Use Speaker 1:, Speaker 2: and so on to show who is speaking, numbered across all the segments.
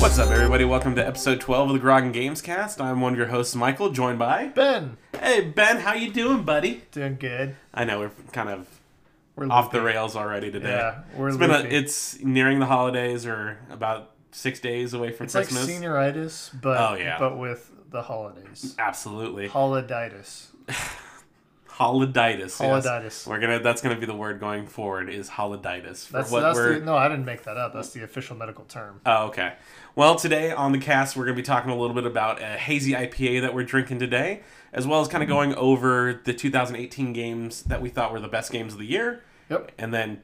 Speaker 1: What's up, everybody? Welcome to episode 12 of the Grog and Games Cast. I'm one of your hosts, Michael, joined by...
Speaker 2: Ben,
Speaker 1: Hey, Ben, how you doing, buddy?
Speaker 2: doing good.
Speaker 1: I know, we're kind of
Speaker 2: We're
Speaker 1: off the
Speaker 2: loopy.
Speaker 1: rails already today.
Speaker 2: Yeah, we're
Speaker 1: it's been a,
Speaker 2: loopy.
Speaker 1: It's nearing the holidays, or about six days away from
Speaker 2: It's like
Speaker 1: Christmas.
Speaker 2: senioritis, but
Speaker 1: Oh, yeah.
Speaker 2: but with the holidays.
Speaker 1: Absolutely.
Speaker 2: Holiditis.
Speaker 1: Holiditis. yes.
Speaker 2: Holiditis.
Speaker 1: We're gonna. That's gonna be the word going forward. Is holiditis for
Speaker 2: That's
Speaker 1: what
Speaker 2: that's
Speaker 1: we're
Speaker 2: the, no, I didn't make that up. That's the official medical term.
Speaker 1: Oh, okay. Well, today on the cast, we're going to be talking a little bit about a hazy IPA that we're drinking today, as well as
Speaker 2: Mm-hmm.
Speaker 1: kind of going over the 2018 games that we thought were the best games of the year,
Speaker 2: Yep.
Speaker 1: and then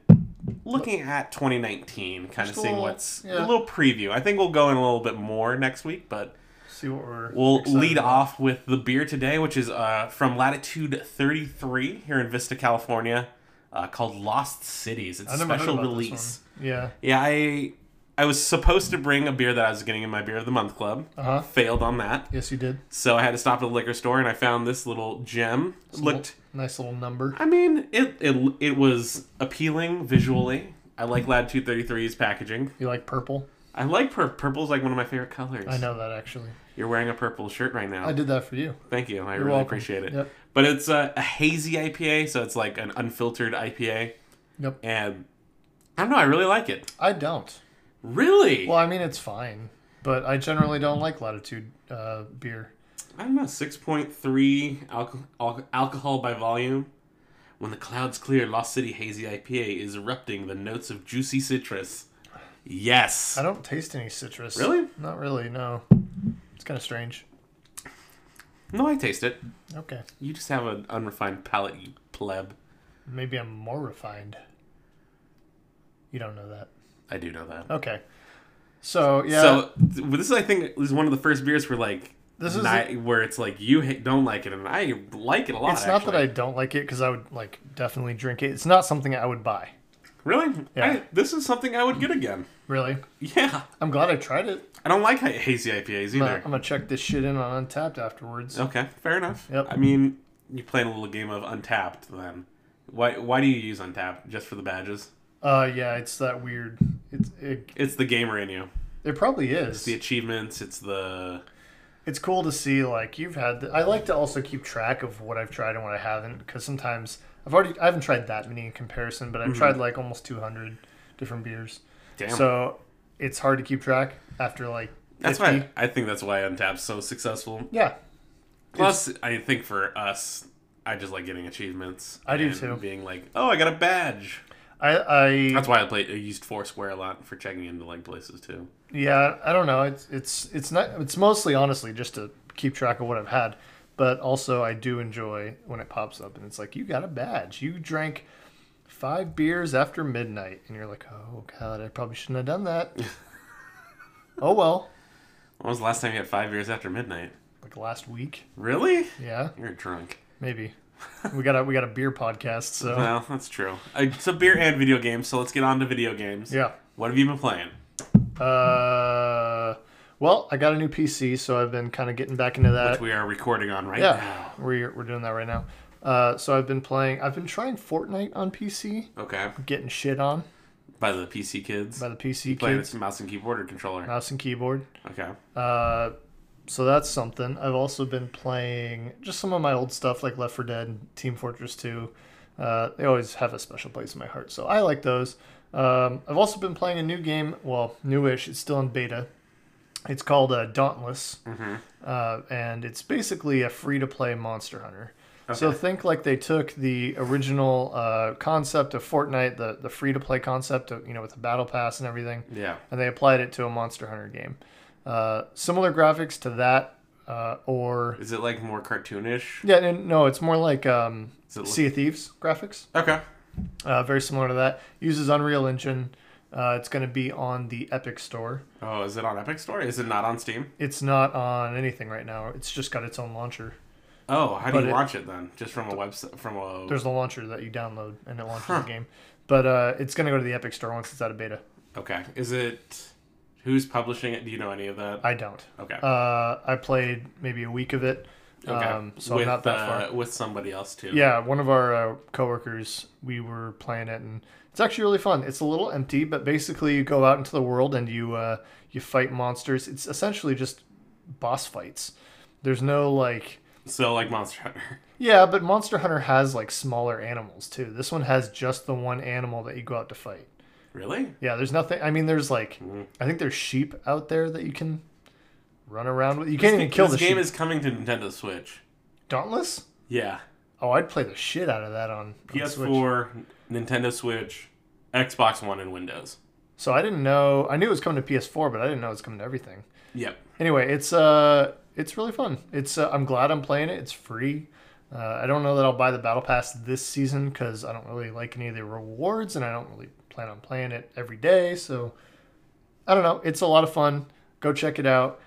Speaker 1: looking at 2019, kind of
Speaker 2: a
Speaker 1: seeing
Speaker 2: little-
Speaker 1: what's a
Speaker 2: yeah.
Speaker 1: little preview. I think we'll go in a little bit more next week, but
Speaker 2: See what we're.
Speaker 1: we'll
Speaker 2: excited
Speaker 1: lead
Speaker 2: about.
Speaker 1: off with the beer today, which is uh, from Latitude 33 here in Vista, California, uh, called Lost Cities. It's
Speaker 2: I
Speaker 1: a
Speaker 2: never heard
Speaker 1: special
Speaker 2: about this
Speaker 1: release.
Speaker 2: one. Yeah.
Speaker 1: Yeah, I I was supposed to bring a beer that I was getting in my beer of the month club.
Speaker 2: Uh huh.
Speaker 1: Failed on that,
Speaker 2: Yes, you did.
Speaker 1: so I had to stop at the liquor store and I found this little gem. Looked,
Speaker 2: nice little number.
Speaker 1: I mean, it it it was appealing visually. I like Latitude 33's packaging.
Speaker 2: You like purple?
Speaker 1: I like pur- purple's like one of my favorite colors.
Speaker 2: I know that actually.
Speaker 1: You're wearing a purple shirt right now.
Speaker 2: I did that for you.
Speaker 1: Thank you. I
Speaker 2: You're
Speaker 1: really
Speaker 2: welcome.
Speaker 1: appreciate it.
Speaker 2: Yep.
Speaker 1: But it's a, a hazy IPA, so it's like an unfiltered IPA,
Speaker 2: Yep.
Speaker 1: and I don't know. I really like it.
Speaker 2: I don't.
Speaker 1: Really,
Speaker 2: Well, I mean, it's fine, but I generally don't like latitude uh, beer.
Speaker 1: I don't know, 6.3 alco- al- alcohol by volume. When the clouds clear, Lost City Hazy IPA is erupting the notes of juicy citrus. Yes.
Speaker 2: I don't taste any citrus.
Speaker 1: Really?
Speaker 2: Not really. No. It's kind of strange.
Speaker 1: No, I taste it.
Speaker 2: Okay.
Speaker 1: You just have an unrefined palate, you pleb.
Speaker 2: Maybe I'm more refined. You don't know that.
Speaker 1: I do know that.
Speaker 2: Okay. So yeah,
Speaker 1: So th- this is, I think, this is one of the first beers where like
Speaker 2: This is
Speaker 1: ni- where it's like you ha- don't like it and I like it a lot.
Speaker 2: it's not that
Speaker 1: actually.
Speaker 2: I don't like it because I would like definitely drink it. It's not something I would buy.
Speaker 1: really.
Speaker 2: Yeah.
Speaker 1: I, this is something I would get again.
Speaker 2: Really,
Speaker 1: Yeah,
Speaker 2: I'm glad I tried it.
Speaker 1: I don't like ha- hazy IPAs
Speaker 2: I'm gonna,
Speaker 1: either.
Speaker 2: I'm gonna check this shit in on Untapped afterwards.
Speaker 1: Okay, fair enough.
Speaker 2: Yep.
Speaker 1: I mean, you're playing a little game of Untapped then. Why why do you use Untapped? Just for the badges?
Speaker 2: Uh, yeah, it's that weird. It's it,
Speaker 1: It's the gamer in you.
Speaker 2: it probably
Speaker 1: It's
Speaker 2: is.
Speaker 1: the achievements, it's the
Speaker 2: It's cool to see like you've had. I like to also keep track of what I've tried and what I haven't because sometimes I've already I haven't tried that many in comparison,
Speaker 1: Mm-hmm.
Speaker 2: but I've tried like almost 200 different beers.
Speaker 1: damn.
Speaker 2: So it's hard to keep track after like.
Speaker 1: that's
Speaker 2: 50.
Speaker 1: why I think that's why Untapped's so successful.
Speaker 2: Yeah,
Speaker 1: Plus, I think for us, I just like getting achievements.
Speaker 2: I do
Speaker 1: and
Speaker 2: too.
Speaker 1: Being like, oh, I got a badge.
Speaker 2: I, I
Speaker 1: That's why I played. I used Foursquare a lot for checking into like places too.
Speaker 2: yeah, I don't know. It's it's it's not. It's mostly honestly just to keep track of what I've had, but also I do enjoy when it pops up and it's like you got a badge. You drank five beers after midnight, and you're like, oh god, I probably shouldn't have done that. oh well,
Speaker 1: When was the last time you had five years after midnight?
Speaker 2: like last week.
Speaker 1: Really?
Speaker 2: Yeah,
Speaker 1: You're drunk.
Speaker 2: maybe. We got a we got a beer podcast, so
Speaker 1: Well, that's true. Uh, It's a beer and video games, so let's get on to video games.
Speaker 2: yeah.
Speaker 1: What have you been playing?
Speaker 2: Uh, well, I got a new PC, so I've been kind of getting back into that.
Speaker 1: Which we are recording on right
Speaker 2: Uh, Yeah, we're, we're doing that right now. Uh, so I've been playing. I've been trying Fortnite on PC,
Speaker 1: now. Okay.
Speaker 2: getting shit on
Speaker 1: By the PC kids.
Speaker 2: by the PC
Speaker 1: Playing
Speaker 2: kids, Uh,
Speaker 1: with mouse and keyboard or controller.
Speaker 2: mouse and keyboard.
Speaker 1: Okay.
Speaker 2: Uh, so that's something. I've also been playing just some of my old stuff like Left 4 Dead and Team Fortress 2. Uh, they always have a special place in my heart, so I like those. Um, I've also been playing a new game, well, newish. It's still in beta. It's called uh, Dauntless,
Speaker 1: Mm-hmm.
Speaker 2: uh, and it's basically a free-to-play Monster Hunter. So think like they took the original uh, concept of Fortnite, the the free-to-play concept, of, you know, with the battle pass and everything
Speaker 1: Yeah.
Speaker 2: and they applied it to a Monster Hunter game. Uh, similar graphics to that, uh, or
Speaker 1: Is it like more cartoonish?
Speaker 2: yeah, and- no, it's more like um,
Speaker 1: it look-
Speaker 2: Sea of Thieves graphics.
Speaker 1: Okay.
Speaker 2: Uh, very similar to that. Uses Unreal Engine. Uh, it's going to be on the Epic Store.
Speaker 1: Oh, is it on Epic Store? Is it not on Steam?
Speaker 2: It's not on anything right now. It's just got its own launcher.
Speaker 1: Oh, how do
Speaker 2: But
Speaker 1: you
Speaker 2: it-
Speaker 1: launch it then? Just from a website? From a.
Speaker 2: There's a launcher that you download and it launches the game. But uh, it's going to go to the Epic Store once it's out of beta.
Speaker 1: Okay. Is it. Who's publishing it? Do you know any of that?
Speaker 2: I don't.
Speaker 1: Okay.
Speaker 2: Uh, I played maybe a week of it.
Speaker 1: Okay.
Speaker 2: Um, so I'm
Speaker 1: with,
Speaker 2: not that
Speaker 1: uh, with somebody else too.
Speaker 2: Yeah, one of our uh, coworkers, we were playing it, and it's actually really fun. It's a little empty, but basically you go out into the world and you uh, you fight monsters. It's essentially just boss fights. There's no like
Speaker 1: So like Monster Hunter.
Speaker 2: yeah, but Monster Hunter has like smaller animals too. This one has just the one animal that you go out to fight.
Speaker 1: Really?
Speaker 2: Yeah, there's nothing. I mean, there's like
Speaker 1: Mhm.
Speaker 2: I think there's sheep out there that you can run around with. You can't even kill
Speaker 1: this
Speaker 2: the
Speaker 1: game
Speaker 2: sheep.
Speaker 1: is coming to Nintendo Switch.
Speaker 2: Dauntless.
Speaker 1: Yeah.
Speaker 2: Oh, I'd play the shit out of that on, on Switch.
Speaker 1: PS4, Nintendo Switch, Xbox One, and Windows.
Speaker 2: So I didn't know. I knew it was coming to PS4, but I didn't know it was coming to everything.
Speaker 1: Yep.
Speaker 2: Anyway, it's uh, it's really fun. It's uh, I'm glad I'm playing it. It's free. Uh, I don't know that I'll buy the battle pass this season because I don't really like any of the rewards, and I don't really plan on playing it every day. So I don't know. It's a lot of fun. Go check it out.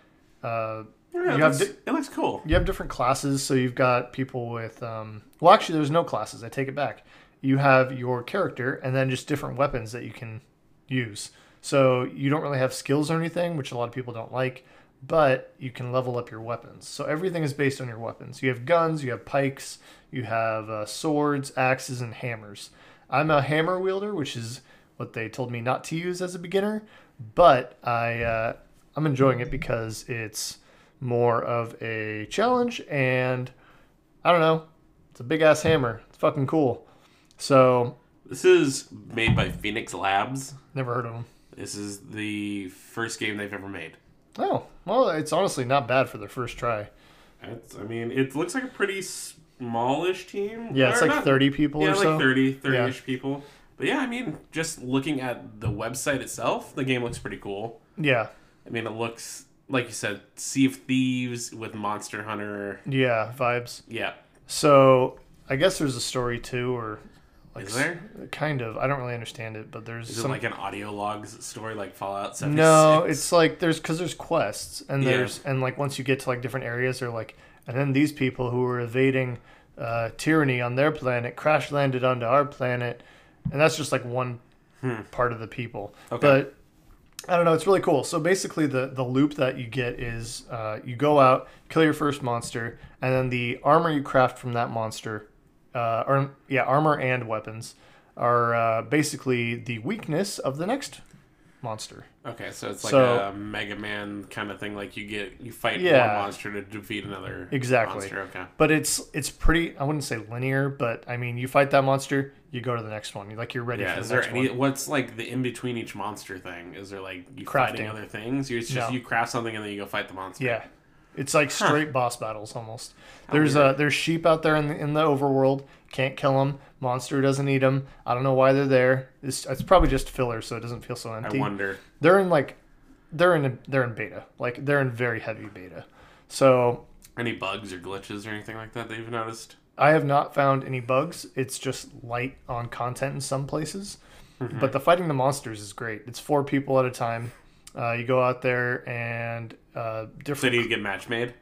Speaker 2: Uh,
Speaker 1: Yeah, it,
Speaker 2: You have
Speaker 1: looks, it looks cool.
Speaker 2: you have different classes so you've got people with um, well actually there's no classes i take it back you have your character and then just different weapons that you can use so you don't really have skills or anything which a lot of people don't like but you can level up your weapons so everything is based on your weapons you have guns you have pikes you have uh, swords axes and hammers i'm a hammer wielder which is what they told me not to use as a beginner but i uh, i'm enjoying it because it's more of a challenge and I don't know. It's a big ass hammer. It's fucking cool. So,
Speaker 1: This is made by Phoenix Labs.
Speaker 2: never heard of them.
Speaker 1: This is the first game they've ever made.
Speaker 2: Oh, well, it's honestly not bad for their first try.
Speaker 1: That's, I mean, it looks like a pretty smallish team.
Speaker 2: Yeah, it's
Speaker 1: Or
Speaker 2: like
Speaker 1: not-
Speaker 2: 30 people
Speaker 1: Yeah,
Speaker 2: or
Speaker 1: like
Speaker 2: so.
Speaker 1: 30, 30-ish people. But yeah, I mean, just looking at the website itself, the game looks pretty cool.
Speaker 2: Yeah.
Speaker 1: I mean, it looks like you said, Sea of Thieves with Monster Hunter.
Speaker 2: Yeah, vibes.
Speaker 1: Yeah,
Speaker 2: So, I guess there's a story too or like
Speaker 1: Is there?
Speaker 2: s- kind of. I don't really understand it, but there's
Speaker 1: is
Speaker 2: some
Speaker 1: it like an audio logs story like Fallout 76?
Speaker 2: No, it's like there's because there's quests and
Speaker 1: Yeah.
Speaker 2: there's and like once you get to like different areas, they're like, and then these people who were evading uh, tyranny on their planet crash landed onto our planet, and that's just like one part of the people.
Speaker 1: Okay.
Speaker 2: But I don't know, it's really cool. So basically, the the loop that you get is uh, you go out, kill your first monster, and then the armor you craft from that monster, uh, or yeah, armor and weapons are uh, basically the weakness of the next monster.
Speaker 1: Okay, so it's like
Speaker 2: So-
Speaker 1: a Mega Man kind of thing. Like you get you fight
Speaker 2: Yeah.
Speaker 1: one monster to defeat another
Speaker 2: Exactly.
Speaker 1: monster. Okay,
Speaker 2: but it's it's pretty i wouldn't say linear but i mean you fight that monster you go to the next one you like you're ready
Speaker 1: yeah.
Speaker 2: for the
Speaker 1: Is there
Speaker 2: next
Speaker 1: any?
Speaker 2: one
Speaker 1: What's like the in between each monster thing? Is there like you fighting
Speaker 2: Crafting.
Speaker 1: other things? You it's just
Speaker 2: No.
Speaker 1: you craft something and then you go fight the monster.
Speaker 2: yeah it's like straight boss battles almost there's
Speaker 1: weird.
Speaker 2: uh there's sheep out there in the, in the overworld can't kill them monster doesn't eat them i don't know why they're there it's, it's probably just filler so it doesn't feel so
Speaker 1: I
Speaker 2: empty
Speaker 1: wonder.
Speaker 2: they're in like they're in they're in beta like they're in very heavy beta so
Speaker 1: Any bugs or glitches or anything like that that you've noticed?
Speaker 2: I have not found any bugs. It's just light on content in some places.
Speaker 1: Mm-hmm.
Speaker 2: But the fighting the monsters is great. It's four people at a time. Uh, you go out there and uh,
Speaker 1: So
Speaker 2: different.
Speaker 1: do you get match made?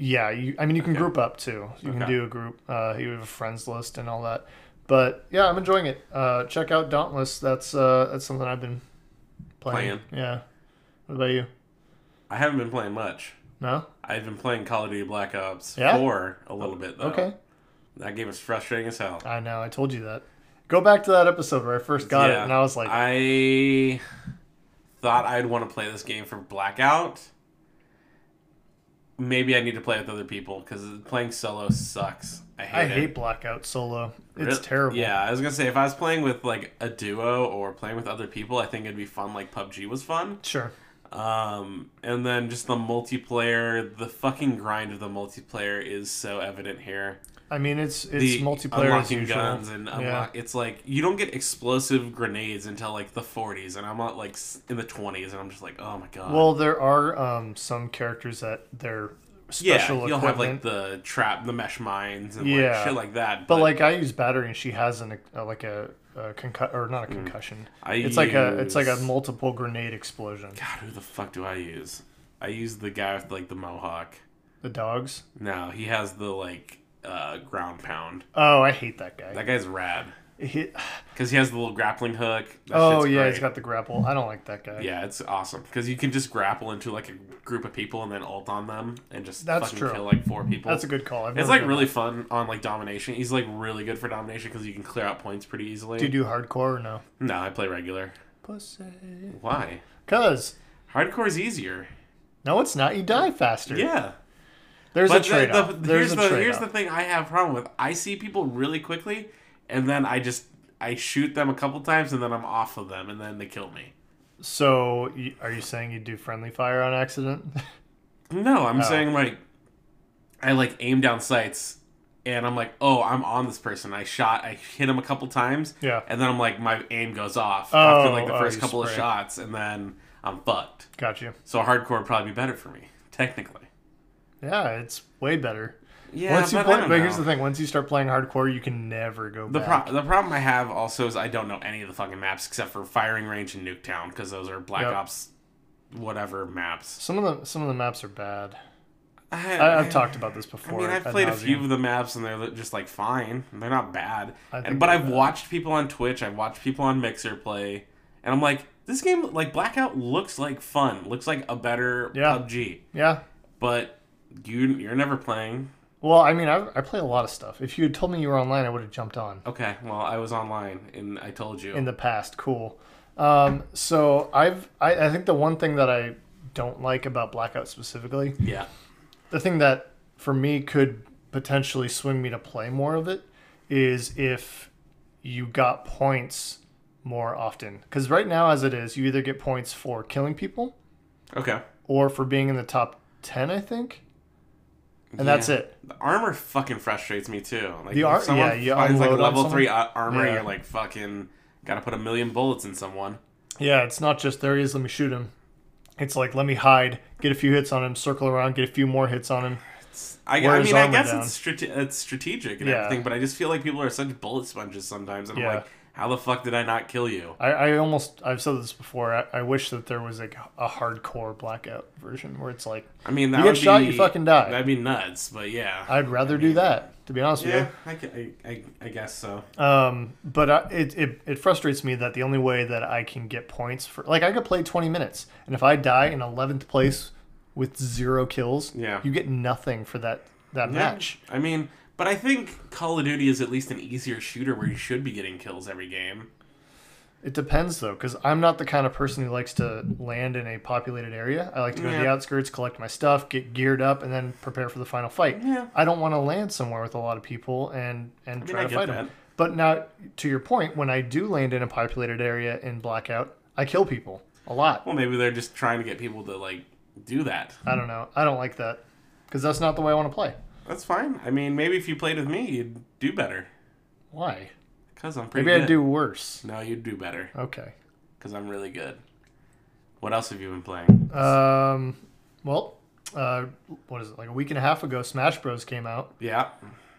Speaker 2: yeah, you, I mean, you can group up too. You can
Speaker 1: Okay.
Speaker 2: do a group. Uh, you have a friends list and all that. But yeah, I'm enjoying it. Uh, check out Dauntless. That's uh, that's something I've been playing.
Speaker 1: Playing.
Speaker 2: Yeah. What about you?
Speaker 1: I haven't been playing much.
Speaker 2: No.
Speaker 1: I've been playing Call of Duty Black Ops
Speaker 2: Yeah?
Speaker 1: 4 a little bit though.
Speaker 2: Okay.
Speaker 1: That game is frustrating as hell.
Speaker 2: I know. I told you that. Go back to that episode where I first got it,
Speaker 1: Yeah.
Speaker 2: and I was like,
Speaker 1: I thought I'd want to play this game for Blackout. Maybe I need to play with other people because playing solo sucks. I hate
Speaker 2: I
Speaker 1: it.
Speaker 2: hate Blackout solo. It's
Speaker 1: Re-
Speaker 2: terrible.
Speaker 1: Yeah, I was gonna say if I was playing with like a duo or playing with other people, I think it'd be fun. Like PUBG was fun.
Speaker 2: Sure.
Speaker 1: Um, and then just the multiplayer, the fucking grind of the multiplayer is so evident here.
Speaker 2: I mean, it's it's
Speaker 1: the
Speaker 2: multiplayer as
Speaker 1: unlocking
Speaker 2: usual.
Speaker 1: guns and unlock. It's like you don't get explosive grenades until like the 40s, and I'm at like s- in the 20s, and I'm just like, oh my god.
Speaker 2: Well, there are um, some characters that their
Speaker 1: yeah,
Speaker 2: special
Speaker 1: you'll have like
Speaker 2: equipment,
Speaker 1: the trap, the mesh mines, and
Speaker 2: Yeah.
Speaker 1: like shit like that.
Speaker 2: but like I use battery, and she has an a, like a, a concu- or not a concussion.
Speaker 1: Hmm. I
Speaker 2: it's like a it's like a
Speaker 1: use-
Speaker 2: multiple grenade explosion.
Speaker 1: God, who the fuck do I use? I use the guy with like the mohawk.
Speaker 2: The dogs.
Speaker 1: No, he has the like uh ground pound.
Speaker 2: Oh, I hate that guy.
Speaker 1: That guy's rad.
Speaker 2: He,
Speaker 1: because he has the little grappling hook. That
Speaker 2: oh
Speaker 1: shit's
Speaker 2: yeah,
Speaker 1: great.
Speaker 2: he's got the grapple. I don't like that guy.
Speaker 1: Yeah, it's awesome because you can just grapple into like a group of people and then ult on them and just
Speaker 2: That's
Speaker 1: fucking
Speaker 2: true.
Speaker 1: kill like four people.
Speaker 2: That's a good call. I've
Speaker 1: it's
Speaker 2: never
Speaker 1: like
Speaker 2: done
Speaker 1: really fun on like domination. He's like really good for domination because you can clear out points pretty easily.
Speaker 2: that. Do you do hardcore or no?
Speaker 1: no, I play regular.
Speaker 2: Pussy.
Speaker 1: Why?
Speaker 2: Cause
Speaker 1: Hardcore is easier.
Speaker 2: no, it's not. You die faster.
Speaker 1: Yeah,
Speaker 2: There's a
Speaker 1: but the-
Speaker 2: trade
Speaker 1: the,
Speaker 2: off. There's
Speaker 1: here's
Speaker 2: a
Speaker 1: the
Speaker 2: trade
Speaker 1: here's
Speaker 2: off.
Speaker 1: the thing I have problem with. I see people really quickly, and then I just I shoot them a couple times, and then I'm off of them, and then they kill me.
Speaker 2: So you, are you saying you do friendly fire on accident?
Speaker 1: No, I'm
Speaker 2: Oh.
Speaker 1: saying like I like aim down sights and I'm like, oh, I'm on this person. I shot, I hit him a couple times,
Speaker 2: yeah.
Speaker 1: and then I'm like, my aim goes off
Speaker 2: Oh,
Speaker 1: after like the
Speaker 2: oh,
Speaker 1: first
Speaker 2: you
Speaker 1: couple of
Speaker 2: spray.
Speaker 1: shots, and then I'm fucked.
Speaker 2: Got you.
Speaker 1: So hardcore would probably be better for me, technically.
Speaker 2: Yeah, it's way better.
Speaker 1: Yeah,
Speaker 2: Once you
Speaker 1: but,
Speaker 2: play,
Speaker 1: I don't
Speaker 2: but here's the
Speaker 1: know.
Speaker 2: thing: once you start playing hardcore, you can never go
Speaker 1: The,
Speaker 2: back.
Speaker 1: pro- the problem I have also is I don't know any of the fucking maps except for Firing Range and Nuketown because those are Black
Speaker 2: Yep.
Speaker 1: Ops, whatever maps.
Speaker 2: some of the some of the maps are bad.
Speaker 1: I,
Speaker 2: I,
Speaker 1: I-
Speaker 2: I've talked about this
Speaker 1: I
Speaker 2: before.
Speaker 1: mean, I've
Speaker 2: ad
Speaker 1: played a
Speaker 2: nauseam.
Speaker 1: few of the maps and they're just like fine. They're not bad.
Speaker 2: I
Speaker 1: And,
Speaker 2: think
Speaker 1: but
Speaker 2: they're
Speaker 1: I've
Speaker 2: bad.
Speaker 1: watched people on Twitch, I've watched people on Mixer play, and I'm like, this game, like Blackout, looks like fun. Looks like a better
Speaker 2: Yeah.
Speaker 1: PUBG.
Speaker 2: Yeah.
Speaker 1: But you, you're never playing.
Speaker 2: Well, I mean, I, I play a lot of stuff. If you had told me you were online, I would have jumped on.
Speaker 1: Okay, well, I was online and I told you.
Speaker 2: in the past. Cool. Um, so I've I, I think the one thing that I don't like about blackout specifically,
Speaker 1: yeah.
Speaker 2: the thing that for me could potentially swing me to play more of it, is if you got points more often. Because right now, as it is, you either get points for killing people
Speaker 1: Okay.
Speaker 2: or for being in the top ten, I think, and that's
Speaker 1: Yeah.
Speaker 2: it.
Speaker 1: The armor fucking frustrates me too. Like
Speaker 2: The ar-
Speaker 1: if someone
Speaker 2: yeah, you
Speaker 1: finds like
Speaker 2: unload on
Speaker 1: level
Speaker 2: someone?
Speaker 1: three uh, armor,
Speaker 2: Yeah.
Speaker 1: you're like fucking gotta put a million bullets in someone.
Speaker 2: Yeah, it's not just there he is, let me shoot him. It's like let me hide, get a few hits on him, circle around, get a few more hits on him.
Speaker 1: I, I
Speaker 2: Wears
Speaker 1: mean, I
Speaker 2: armor
Speaker 1: guess
Speaker 2: down.
Speaker 1: it's, strate- it's strategic and
Speaker 2: Yeah.
Speaker 1: everything, but I just feel like people are such bullet sponges sometimes, and
Speaker 2: Yeah.
Speaker 1: I'm like, how the fuck did I not kill you?
Speaker 2: I, I almost I've said this before. I, I wish that there was like a hardcore blackout version where it's like
Speaker 1: I mean, that
Speaker 2: you
Speaker 1: would
Speaker 2: get shot,
Speaker 1: be,
Speaker 2: you fucking die.
Speaker 1: That'd be nuts, but yeah,
Speaker 2: I'd rather do that, to be honest
Speaker 1: yeah,
Speaker 2: with
Speaker 1: I, ca- I, I, I guess so.
Speaker 2: you. Um, but I, it, it it frustrates me that the only way that I can get points for like I could play twenty minutes, and if I die in eleventh place with zero kills,
Speaker 1: Yeah.
Speaker 2: you get nothing for that that match.
Speaker 1: I mean, but I think Call of Duty is at least an easier shooter where you should be getting kills every game.
Speaker 2: It depends though, because I'm not the kind of person who likes to land in a populated area. I like to go to the
Speaker 1: Yeah.
Speaker 2: outskirts, collect my stuff, get geared up, and then prepare for the final fight.
Speaker 1: Yeah.
Speaker 2: I don't want to land somewhere with a lot of people and and try
Speaker 1: I
Speaker 2: to
Speaker 1: get
Speaker 2: fight
Speaker 1: that.
Speaker 2: them. But now, to your point, when I do land in a populated area in Blackout, I kill people a lot.
Speaker 1: Well, maybe they're just trying to get people to like do that.
Speaker 2: I don't know. I don't like that because that's not the way I want to play.
Speaker 1: That's fine. I mean, maybe if you played with me, you'd do better.
Speaker 2: Why?
Speaker 1: Cause I'm pretty.
Speaker 2: Maybe I'd
Speaker 1: good.
Speaker 2: do worse.
Speaker 1: No, you'd do better.
Speaker 2: Okay.
Speaker 1: Cause I'm really good. What else have you been playing?
Speaker 2: Um. Well, uh, what is it? Like a week and a half ago, Smash Bros. came out,
Speaker 1: Yeah,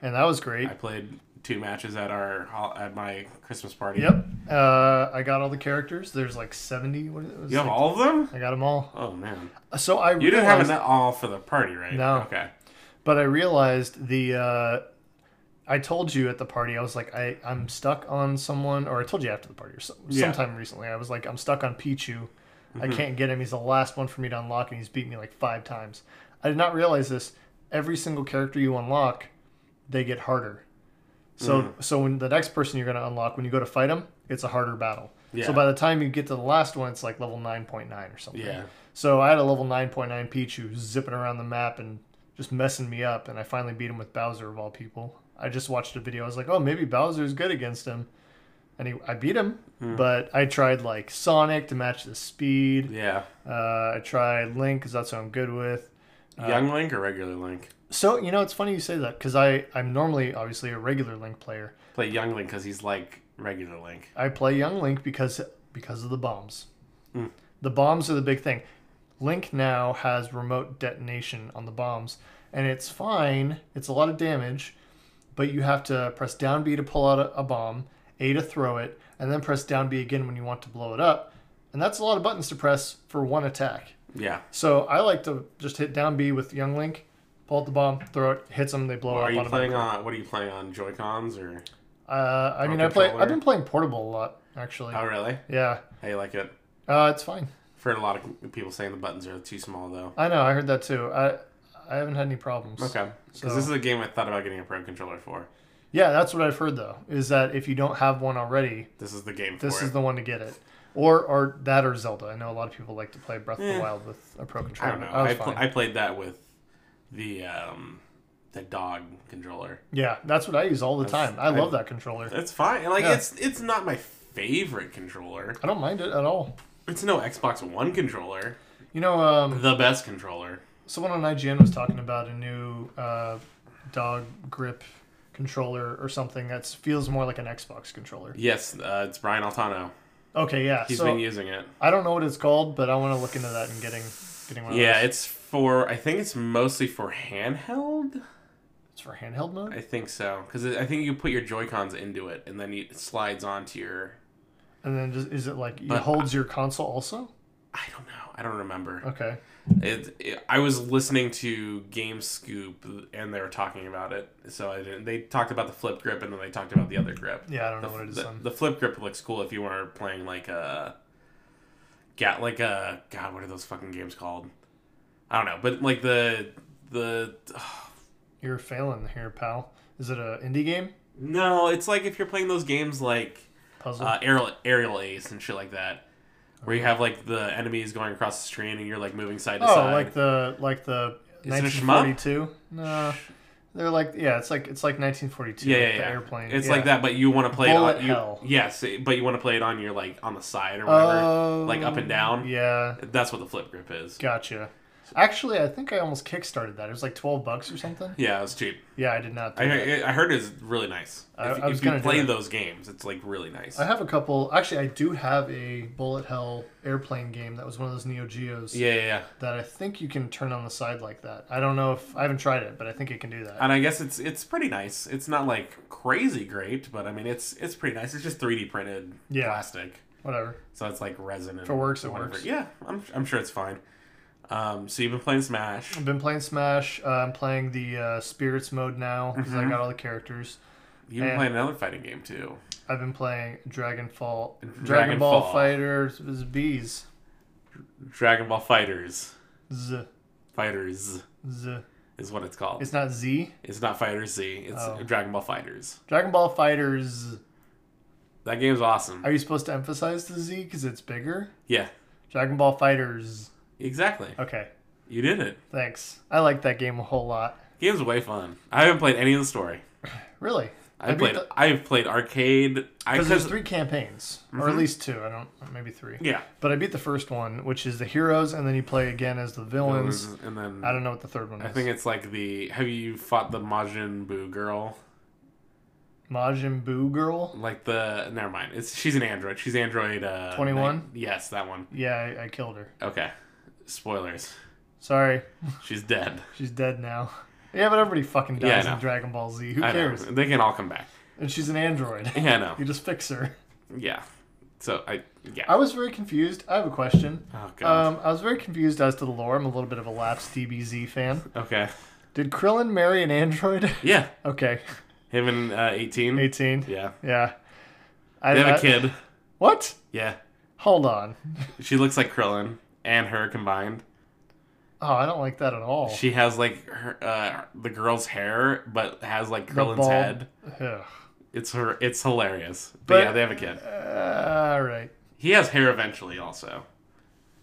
Speaker 2: and that was great.
Speaker 1: I played two matches at our hol- at my Christmas party.
Speaker 2: Yep. Uh, I got all the characters. There's like 70. What is it? It was
Speaker 1: You have
Speaker 2: like-
Speaker 1: all of them?
Speaker 2: I got them all.
Speaker 1: Oh man,
Speaker 2: So I
Speaker 1: you didn't have
Speaker 2: realized-
Speaker 1: enough all for the party, right?
Speaker 2: No.
Speaker 1: Okay.
Speaker 2: but I realized the. Uh, I told you at the party, I was like, I, I'm stuck on someone, or I told you after the party, or so,
Speaker 1: Yeah. Mm-hmm.
Speaker 2: sometime recently, I was like, I'm stuck on Pichu. I can't get him. He's the last one for me to unlock, and he's beat me like five times. I did not realize this. Every single character you unlock, they get harder. So,
Speaker 1: Mm.
Speaker 2: so when the next person you're going to unlock, when you go to fight them, it's a harder battle.
Speaker 1: Yeah.
Speaker 2: So by the time you get to the last one, it's like level 9.9 or something.
Speaker 1: Yeah.
Speaker 2: So I had a level 9.9 Pichu zipping around the map and just messing me up, and I finally beat him with Bowser of all people. I just watched a video. I was like, oh, maybe Bowser's good against him, and he, I beat him. But I tried like Sonic to match the speed.
Speaker 1: Yeah.
Speaker 2: Uh, I tried Link because that's what I'm good with.
Speaker 1: Young Link or regular Link?
Speaker 2: So you know, it's funny you say that because I I'm normally obviously a regular Link player.
Speaker 1: Play Young Link because he's like regular Link.
Speaker 2: I play Young Link because because of the bombs.
Speaker 1: Hmm.
Speaker 2: The bombs are the big thing. Link now has remote detonation on the bombs, and it's fine. It's a lot of damage, but you have to press down B to pull out a, a bomb, A to throw it, and then press down B again when you want to blow it up. And that's a lot of buttons to press for one attack.
Speaker 1: Yeah.
Speaker 2: So I like to just hit down B with Young Link, pull out the bomb, throw it, hits them, they blow up.
Speaker 1: Are you playing
Speaker 2: automatically.
Speaker 1: on? What are you playing on? Joy Cons or?
Speaker 2: Uh, I
Speaker 1: Pro
Speaker 2: mean, I play.
Speaker 1: controller.
Speaker 2: I've been playing portable a lot actually.
Speaker 1: Oh, really?
Speaker 2: Yeah,
Speaker 1: How you like it?
Speaker 2: uh, it's fine.
Speaker 1: I've heard a lot of people saying the buttons are too small, though.
Speaker 2: I know. I heard that too. I I haven't had any problems.
Speaker 1: Okay. Because
Speaker 2: So-
Speaker 1: this is a game I thought about getting a pro controller for.
Speaker 2: Yeah, that's what I've heard though. Is that if you don't have one already,
Speaker 1: This is the game for
Speaker 2: this
Speaker 1: it.
Speaker 2: is the one to get it. Or or that or Zelda. I know a lot of people like to play Breath of the Wild with a pro
Speaker 1: Eh. I
Speaker 2: controller.
Speaker 1: don't know.
Speaker 2: was
Speaker 1: I, pl-
Speaker 2: fine.
Speaker 1: I played that with the um, the dog controller.
Speaker 2: yeah, that's what I use all the
Speaker 1: That's-
Speaker 2: time. I,
Speaker 1: I-
Speaker 2: love that controller.
Speaker 1: It's fine. Like
Speaker 2: Yeah.
Speaker 1: it's it's not my favorite controller.
Speaker 2: I don't mind it at all.
Speaker 1: It's no Xbox One controller.
Speaker 2: You know, um,
Speaker 1: The best controller.
Speaker 2: someone on IGN was talking about a new uh, dog grip controller or something that feels more like an Xbox controller.
Speaker 1: Yes, uh, it's Brian Altano.
Speaker 2: Okay, yeah.
Speaker 1: He's
Speaker 2: so
Speaker 1: been using it.
Speaker 2: I don't know what it's called, but I want to look into that and getting getting one.
Speaker 1: Yeah,
Speaker 2: of those.
Speaker 1: it's for. I think it's mostly for handheld.
Speaker 2: it's for handheld mode.
Speaker 1: I think so because I think you put your Joy Cons into it and then it slides onto your.
Speaker 2: And then just, is it like it
Speaker 1: But-
Speaker 2: holds your console also?
Speaker 1: I don't know. I don't remember.
Speaker 2: Okay.
Speaker 1: It, it, I was listening to Game Scoop and they were talking about it. So I didn't, they talked about the flip grip and then they talked about the other grip.
Speaker 2: Yeah, I don't
Speaker 1: The,
Speaker 2: know what it is.
Speaker 1: the-
Speaker 2: then.
Speaker 1: the flip grip looks cool if you are playing like a, gat like a God. What are those fucking games called? I don't know, but like the the
Speaker 2: You're failing here, pal. Is it a indie game?
Speaker 1: no, it's like if you're playing those games like
Speaker 2: Puzzle.
Speaker 1: uh, aerial aerial ace and shit like that, where you have like the enemies going across the screen and you're like moving side to
Speaker 2: oh,
Speaker 1: side.
Speaker 2: like the like the
Speaker 1: Is it a shmup?
Speaker 2: 1942. No, they're like yeah, it's like it's like 1942.
Speaker 1: yeah,
Speaker 2: like
Speaker 1: yeah,
Speaker 2: the
Speaker 1: yeah.
Speaker 2: airplane.
Speaker 1: It's
Speaker 2: Yeah.
Speaker 1: like that, but you want to play it
Speaker 2: Bullet
Speaker 1: on you,
Speaker 2: hell.
Speaker 1: yes, but you want to play it on your like on the side or whatever.
Speaker 2: Oh,
Speaker 1: like, up and down.
Speaker 2: Yeah,
Speaker 1: That's what the flip grip is.
Speaker 2: gotcha. Actually, I think I almost kickstarted that. It was like 12 bucks or something.
Speaker 1: Yeah, it's cheap.
Speaker 2: Yeah, I did not. Do
Speaker 1: I,
Speaker 2: that.
Speaker 1: I I heard it's really nice.
Speaker 2: I-
Speaker 1: if
Speaker 2: I was
Speaker 1: if you
Speaker 2: gonna do
Speaker 1: play
Speaker 2: it.
Speaker 1: those games, it's like really nice.
Speaker 2: I have a couple. Actually, I do have a bullet hell airplane game that was one of those Neo Geos
Speaker 1: yeah, yeah, yeah.
Speaker 2: that I think you can turn on the side like that. I don't know if I haven't tried it, but I think it can do that.
Speaker 1: And I guess it's it's pretty nice. It's not like crazy great, but I mean it's it's pretty nice. It's just 3D printed
Speaker 2: Yeah.
Speaker 1: plastic.
Speaker 2: Whatever.
Speaker 1: So it's like resin and
Speaker 2: If it works, it
Speaker 1: whatever.
Speaker 2: works.
Speaker 1: Yeah, I'm, I'm sure it's fine. Um, so you've been playing Smash.
Speaker 2: I've been playing Smash. Uh, I'm playing the uh, Spirits mode now because
Speaker 1: Mm-hmm.
Speaker 2: I got all the characters.
Speaker 1: You've been
Speaker 2: Yeah.
Speaker 1: playing another fighting game too.
Speaker 2: I've been playing Dragonfall, Dragon,
Speaker 1: Dragon
Speaker 2: Ball
Speaker 1: Fall.
Speaker 2: Fighter B's
Speaker 1: Dragon Ball Fighters.
Speaker 2: Z
Speaker 1: Fighters
Speaker 2: Z.
Speaker 1: is what it's called. It's,
Speaker 2: It's not Z.
Speaker 1: not Fighters Z. It's
Speaker 2: Oh.
Speaker 1: Dragon Ball Fighters.
Speaker 2: Dragon Ball Fighters.
Speaker 1: That game's awesome.
Speaker 2: Are you supposed to emphasize the Z because it's bigger?
Speaker 1: Yeah,
Speaker 2: Dragon Ball Fighters.
Speaker 1: exactly.
Speaker 2: Okay,
Speaker 1: You did it.
Speaker 2: thanks. I like that game a whole lot.
Speaker 1: Game's way fun. I haven't played any of the story.
Speaker 2: Really.
Speaker 1: I
Speaker 2: beat
Speaker 1: played.
Speaker 2: the-
Speaker 1: I've played arcade. I Mm-hmm.
Speaker 2: because there's
Speaker 1: cause-
Speaker 2: three campaigns, or at least two. I don't, maybe three.
Speaker 1: Yeah.
Speaker 2: But I beat the first one, which is the heroes, and then you play again as the villains.
Speaker 1: And then
Speaker 2: I don't know what the third one is.
Speaker 1: I think it's like the. Have you fought the Majin Buu girl?
Speaker 2: Majin Buu girl.
Speaker 1: Like the. Never mind. It's she's an android. She's android. uh
Speaker 2: 21?
Speaker 1: nine- Yes, that one.
Speaker 2: Yeah, I, I killed her.
Speaker 1: Okay. Spoilers.
Speaker 2: Sorry,
Speaker 1: She's dead.
Speaker 2: she's dead now. Yeah, but everybody fucking
Speaker 1: Yeah, I
Speaker 2: dies
Speaker 1: know.
Speaker 2: in Dragon Ball Z. Who
Speaker 1: I know.
Speaker 2: cares?
Speaker 1: They can all come back.
Speaker 2: And she's an android.
Speaker 1: Yeah, I know.
Speaker 2: you just fix her.
Speaker 1: Yeah. So I. Yeah.
Speaker 2: I was very confused. I have a question.
Speaker 1: Oh god.
Speaker 2: Um, I was very confused as to the lore. I'm a little bit of a lapsed DBZ fan.
Speaker 1: okay.
Speaker 2: Did Krillin marry an android?
Speaker 1: Yeah.
Speaker 2: okay,
Speaker 1: Him and uh, eighteen.
Speaker 2: 18.
Speaker 1: Yeah.
Speaker 2: Yeah. I,
Speaker 1: They have
Speaker 2: I-
Speaker 1: a kid.
Speaker 2: What?
Speaker 1: Yeah.
Speaker 2: Hold on.
Speaker 1: She looks like Krillin and her combined.
Speaker 2: Oh, I don't like that at all.
Speaker 1: She has like her, uh, the girl's hair, but has like
Speaker 2: The
Speaker 1: Krillin's
Speaker 2: bald-
Speaker 1: head.
Speaker 2: Ugh.
Speaker 1: It's her. It's hilarious. But,
Speaker 2: But-
Speaker 1: yeah, they have a kid.
Speaker 2: all right.
Speaker 1: He has hair eventually. Also,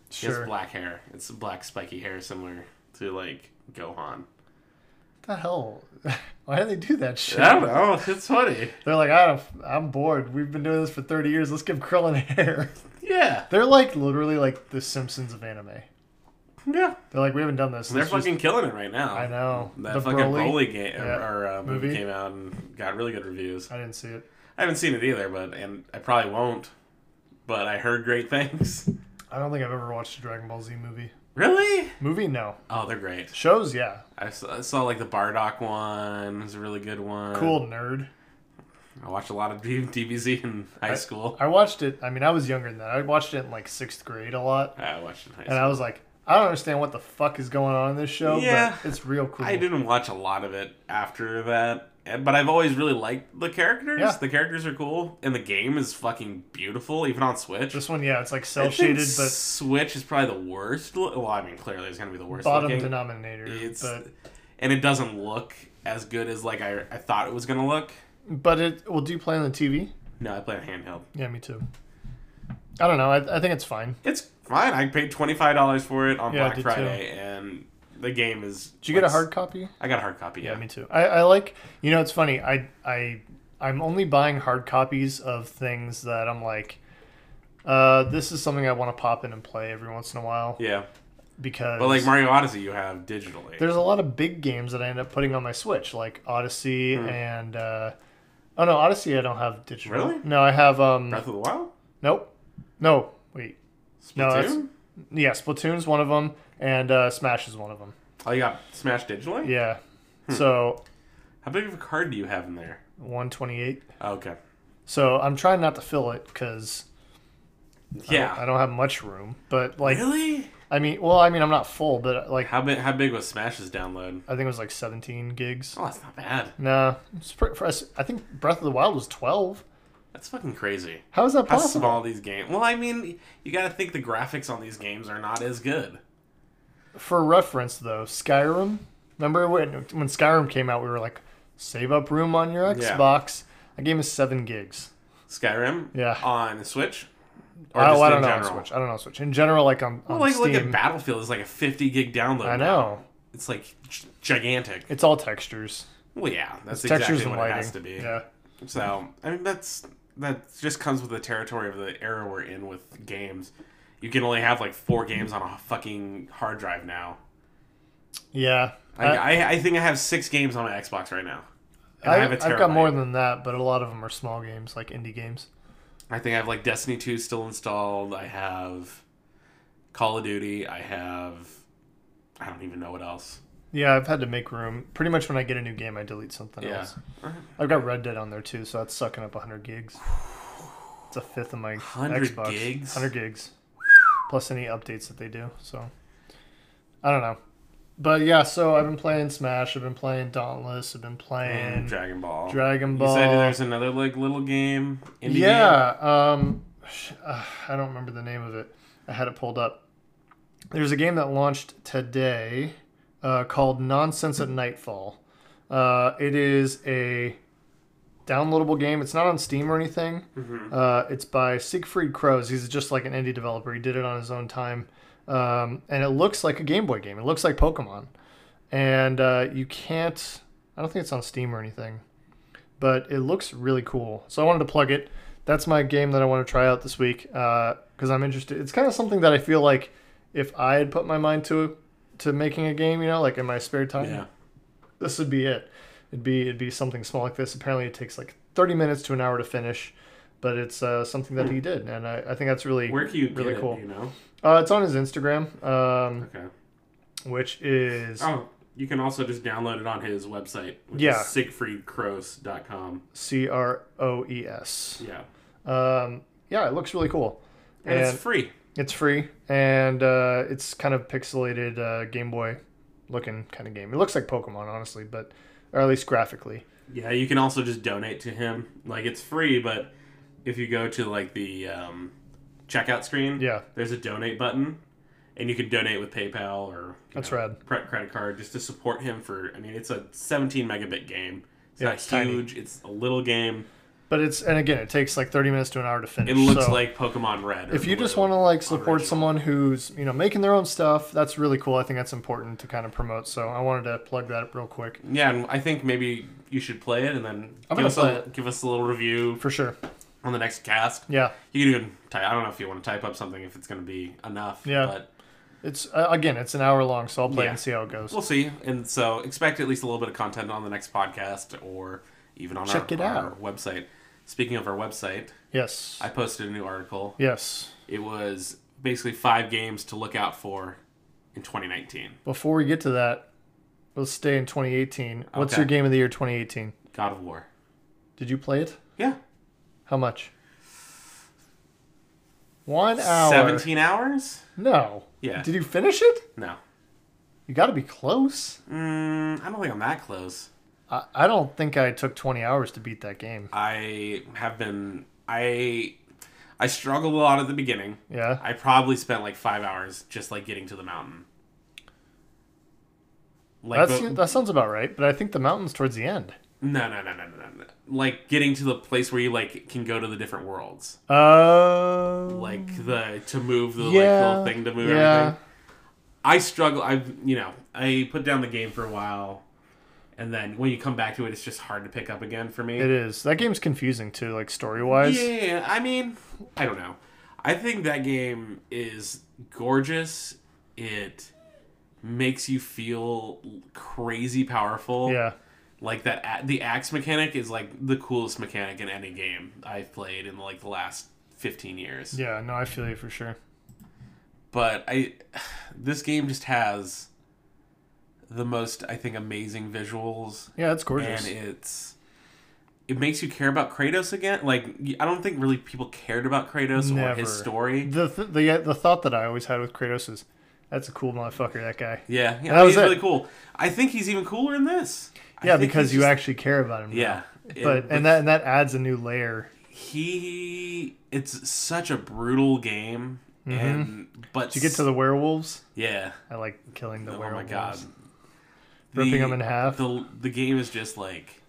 Speaker 1: he
Speaker 2: Sure.
Speaker 1: has
Speaker 2: What
Speaker 1: black hair. It's black spiky hair, similar to like Gohan.
Speaker 2: the hell? Why do they do that shit?
Speaker 1: I don't know. It's funny.
Speaker 2: They're like, I don't, I'm bored. We've been doing this for 30 years. Let's give Krillin hair.
Speaker 1: Yeah.
Speaker 2: They're like literally like the Simpsons of anime.
Speaker 1: Yeah.
Speaker 2: They're like, we haven't done this.
Speaker 1: They're
Speaker 2: Let's just-
Speaker 1: fucking killing it right now.
Speaker 2: I know.
Speaker 1: That
Speaker 2: the
Speaker 1: fucking
Speaker 2: Broly.
Speaker 1: Broly, game
Speaker 2: Yeah.
Speaker 1: or uh, movie
Speaker 2: Movie.
Speaker 1: came out and got really good reviews.
Speaker 2: I didn't see it.
Speaker 1: I haven't seen it either, but and I probably won't. But I heard great things.
Speaker 2: I don't think I've ever watched a Dragon Ball Z movie.
Speaker 1: Really?
Speaker 2: Movie? No.
Speaker 1: Oh, they're great.
Speaker 2: Shows? Yeah.
Speaker 1: I saw, I saw like the Bardock one. It's a really good one.
Speaker 2: Cool nerd.
Speaker 1: I watched a lot of D- DBZ in high school.
Speaker 2: I watched it. I mean, I was younger than that. I watched it in like sixth grade a lot.
Speaker 1: I watched it in high
Speaker 2: And
Speaker 1: school.
Speaker 2: I was like, I don't understand what the fuck is going on in this show,
Speaker 1: Yeah.
Speaker 2: but it's real cool.
Speaker 1: I didn't watch a lot of it after that. eh, but I've always really liked the characters.
Speaker 2: Yeah.
Speaker 1: The characters are cool, and the game is fucking beautiful, even on Switch.
Speaker 2: This one, yeah, it's like
Speaker 1: I
Speaker 2: cell
Speaker 1: think
Speaker 2: shaded, but
Speaker 1: Switch is probably the worst. lo- Well, I mean, clearly it's gonna be the worst.
Speaker 2: bottom
Speaker 1: looking.
Speaker 2: denominator.
Speaker 1: It's
Speaker 2: But
Speaker 1: and it doesn't look as good as like I, I thought it was gonna look.
Speaker 2: but it well, do you play on the TV?
Speaker 1: No, I play on handheld.
Speaker 2: Yeah, me too. I don't know. I, I think it's fine.
Speaker 1: It's fine. I paid twenty five dollars for it on
Speaker 2: Yeah, I
Speaker 1: Black
Speaker 2: did too.
Speaker 1: Friday, and the game is.
Speaker 2: Did you get a hard copy?
Speaker 1: I got a hard copy. Yeah.
Speaker 2: Yeah, me too. I, I like you know it's funny. I I I'm only buying hard copies of things that I'm like, uh, this is something I want to pop in and play every once in a while
Speaker 1: yeah.
Speaker 2: because
Speaker 1: But like Mario Odyssey, you have digitally.
Speaker 2: there's a lot of big games that I end up putting on my Switch, like Odyssey
Speaker 1: Hmm.
Speaker 2: and uh, oh no, Odyssey I don't have digital.
Speaker 1: Really?
Speaker 2: No, I have um.
Speaker 1: Breath of the Wild.
Speaker 2: Nope. No. Wait. No, that's-
Speaker 1: Splatoon?
Speaker 2: Yeah, Splatoon's one of them, and uh, Smash is one of them.
Speaker 1: Oh, you got Smash digitally.
Speaker 2: Yeah.
Speaker 1: Hmm.
Speaker 2: So
Speaker 1: How big of a card do you have in there?
Speaker 2: 128.
Speaker 1: Oh, okay.
Speaker 2: So I'm trying not to fill it because
Speaker 1: Yeah.
Speaker 2: I don't have much room. But like,
Speaker 1: really?
Speaker 2: I mean, well, I mean, I'm not full, but like,
Speaker 1: How big? How big was Smash's download?
Speaker 2: I think it was like 17 gigs.
Speaker 1: Oh, that's not bad.
Speaker 2: Nah, it's pre- for us- I think Breath of the Wild was 12.
Speaker 1: That's fucking crazy.
Speaker 2: How is that
Speaker 1: How
Speaker 2: possible?
Speaker 1: small these games? Well, I mean, you got to think the graphics on these games are not as good.
Speaker 2: For reference, though, Skyrim. Remember when when Skyrim came out, we were like, save up room on your
Speaker 1: Yeah.
Speaker 2: Xbox. That game is seven gigs.
Speaker 1: Skyrim.
Speaker 2: Yeah.
Speaker 1: On Switch.
Speaker 2: oh, I don't know on Switch. I don't know on Switch. In general, like on,
Speaker 1: Well,
Speaker 2: on
Speaker 1: like
Speaker 2: Steam.
Speaker 1: look at Battlefield. It's like a 50 gig download. now.
Speaker 2: I know.
Speaker 1: It's like gi- gigantic.
Speaker 2: It's all textures,
Speaker 1: Well, yeah, that's
Speaker 2: textures
Speaker 1: exactly
Speaker 2: and
Speaker 1: what it
Speaker 2: lighting.
Speaker 1: has to be.
Speaker 2: Yeah.
Speaker 1: So I mean, that's that just comes with the territory of the era we're in with games. You can only have like four games on a fucking hard drive now.
Speaker 2: Yeah.
Speaker 1: I, I, I think I have six games on my Xbox right now. And
Speaker 2: I, I've got
Speaker 1: terabyte.
Speaker 2: more than that, but a lot of them are small games, like indie games.
Speaker 1: I think I have like Destiny 2 still installed. I have Call of Duty. I have. I don't even know what else.
Speaker 2: Yeah, I've had to make room. Pretty much when I get a new game, I delete something
Speaker 1: Yeah.
Speaker 2: else. I've got Red Dead on there too, so that's sucking up 100 gigs. It's a fifth of my
Speaker 1: 100
Speaker 2: Xbox.
Speaker 1: gigs?
Speaker 2: 100 gigs. Plus any updates that they do. So I don't know. But yeah, so I've been playing Smash, I've been playing Dauntless, I've been playing
Speaker 1: And Dragon Ball.
Speaker 2: Dragon Ball.
Speaker 1: You said there's another like little game. Indie
Speaker 2: yeah, um, sh- uh, I don't remember the name of it. I had it pulled up. There's a game that launched today uh, called Nonsense at Nightfall. Uh, it is a downloadable game. It's not on Steam or anything. Uh, it's by Siegfried Crows. He's just like an indie developer. He did it on his own time, um, and it looks like a Game Boy game. It looks like Pokemon, and uh, you can't. I don't think it's on Steam or anything but it looks really cool. So I wanted to plug it. That's my game that I want to try out this week because I'm interested. It's kind of something that I feel like if I had put my mind to to making a game, you know, like in my spare time,
Speaker 1: Game. Yeah.
Speaker 2: this would be it. It'd be it'd be something small like this. Apparently, it takes like 30 minutes to an hour to finish, but it's uh, something that he did, and I, I think that's really
Speaker 1: Where can you get
Speaker 2: really
Speaker 1: it,
Speaker 2: cool.
Speaker 1: You know.
Speaker 2: Uh, it's on his Instagram, um,
Speaker 1: Okay.
Speaker 2: which is
Speaker 1: Oh, you can also just download it on his website. Which
Speaker 2: Yeah.
Speaker 1: Is SiegfriedKroos.com.
Speaker 2: C R O E S.
Speaker 1: Yeah.
Speaker 2: Um, yeah, it looks really cool.
Speaker 1: And,
Speaker 2: And-
Speaker 1: it's free.
Speaker 2: It's free and uh, it's kind of pixelated uh, Game Boy looking kind of game. It looks like Pokemon, honestly, but or at least graphically.
Speaker 1: Yeah, you can also just donate to him. Like it's free, but if you go to like the um, checkout screen,
Speaker 2: Yeah,
Speaker 1: there's a donate button, and you can donate with PayPal or you
Speaker 2: That's
Speaker 1: know,
Speaker 2: rad.
Speaker 1: cre- credit card just to support him for. I mean, it's a 17 megabit game. It's
Speaker 2: Yeah,
Speaker 1: not
Speaker 2: it's tiny.
Speaker 1: huge. It's a little game.
Speaker 2: but it's and again, it takes like thirty minutes to an hour to finish.
Speaker 1: It looks
Speaker 2: so
Speaker 1: like Pokemon Red. or
Speaker 2: if you just
Speaker 1: Blue.
Speaker 2: want to like
Speaker 1: original.
Speaker 2: support someone who's you know making their own stuff, that's really cool. I think that's important to kind of promote. So I wanted to plug that up real quick
Speaker 1: yeah, and I think maybe you should play it and then give
Speaker 2: I'm gonna
Speaker 1: us
Speaker 2: play
Speaker 1: a, give us a little review
Speaker 2: for sure.
Speaker 1: on the next cast.
Speaker 2: Yeah,
Speaker 1: You can even type. I don't know if you want to type up something if it's going to be enough.
Speaker 2: Yeah.
Speaker 1: but
Speaker 2: it's uh, again, it's an hour long, so I'll play
Speaker 1: Yeah.
Speaker 2: and see how it goes.
Speaker 1: We'll see. And so expect at least a little bit of content on the next podcast or even on our,
Speaker 2: Check it
Speaker 1: our
Speaker 2: out.
Speaker 1: website. Speaking of our website,
Speaker 2: yes,
Speaker 1: I posted a new article.
Speaker 2: yes.
Speaker 1: It was basically five games to look out for in 2019.
Speaker 2: Before we get to that, let's stay in 2018. What's
Speaker 1: Okay.
Speaker 2: your game of the year 2018?
Speaker 1: God of War.
Speaker 2: Did you play it?
Speaker 1: Yeah.
Speaker 2: How much? One hour.
Speaker 1: 17 hours?
Speaker 2: No.
Speaker 1: Yeah.
Speaker 2: Did you finish it?
Speaker 1: No.
Speaker 2: You got to be close.
Speaker 1: Mm, I don't think I'm that close.
Speaker 2: I, I don't think I took 20 hours to beat that game.
Speaker 1: I have been I I struggled a lot at the beginning.
Speaker 2: Yeah.
Speaker 1: I probably spent like five hours just like getting to the mountain. Like
Speaker 2: That's,
Speaker 1: but-
Speaker 2: that sounds about right, but I think the mountain's towards the end.
Speaker 1: no, no, no, no, no, no, no. Like getting to the place where you like can go to the different worlds,
Speaker 2: Oh.
Speaker 1: like the to move the like
Speaker 2: Yeah,
Speaker 1: little thing to move
Speaker 2: yeah.
Speaker 1: everything. I struggle. I've you know I put down the game for a while, and then when you come back to it, it's just hard to pick up again for me.
Speaker 2: It is. That game's confusing too, like story wise.
Speaker 1: Yeah, I mean, I don't know. I think that game is gorgeous. It makes you feel crazy powerful.
Speaker 2: Yeah.
Speaker 1: Like that a- the axe mechanic is like the coolest mechanic in any game I've played in like the last 15 years.
Speaker 2: Yeah, no, I feel you for sure.
Speaker 1: But I this game just has the most I think amazing visuals
Speaker 2: Yeah, it's gorgeous.
Speaker 1: and it's it makes you care about Kratos again. Like I don't think really people cared about Kratos or
Speaker 2: Never.
Speaker 1: his story.
Speaker 2: the, th- the the thought that I always had with Kratos is, that's a cool motherfucker. That guy.
Speaker 1: Yeah, yeah
Speaker 2: that was
Speaker 1: he's
Speaker 2: it.
Speaker 1: really cool. I think he's even cooler in this. I
Speaker 2: Yeah,
Speaker 1: think
Speaker 2: because
Speaker 1: he's
Speaker 2: you
Speaker 1: just-
Speaker 2: actually care about him. now.
Speaker 1: yeah, It-
Speaker 2: But and that and that adds a new layer.
Speaker 1: he it's such a brutal game, and but
Speaker 2: Did you get Mm-hmm. to the werewolves?
Speaker 1: yeah.
Speaker 2: I like killing the
Speaker 1: oh my
Speaker 2: werewolves.
Speaker 1: god,
Speaker 2: Ripping them in half.
Speaker 1: The the game is just like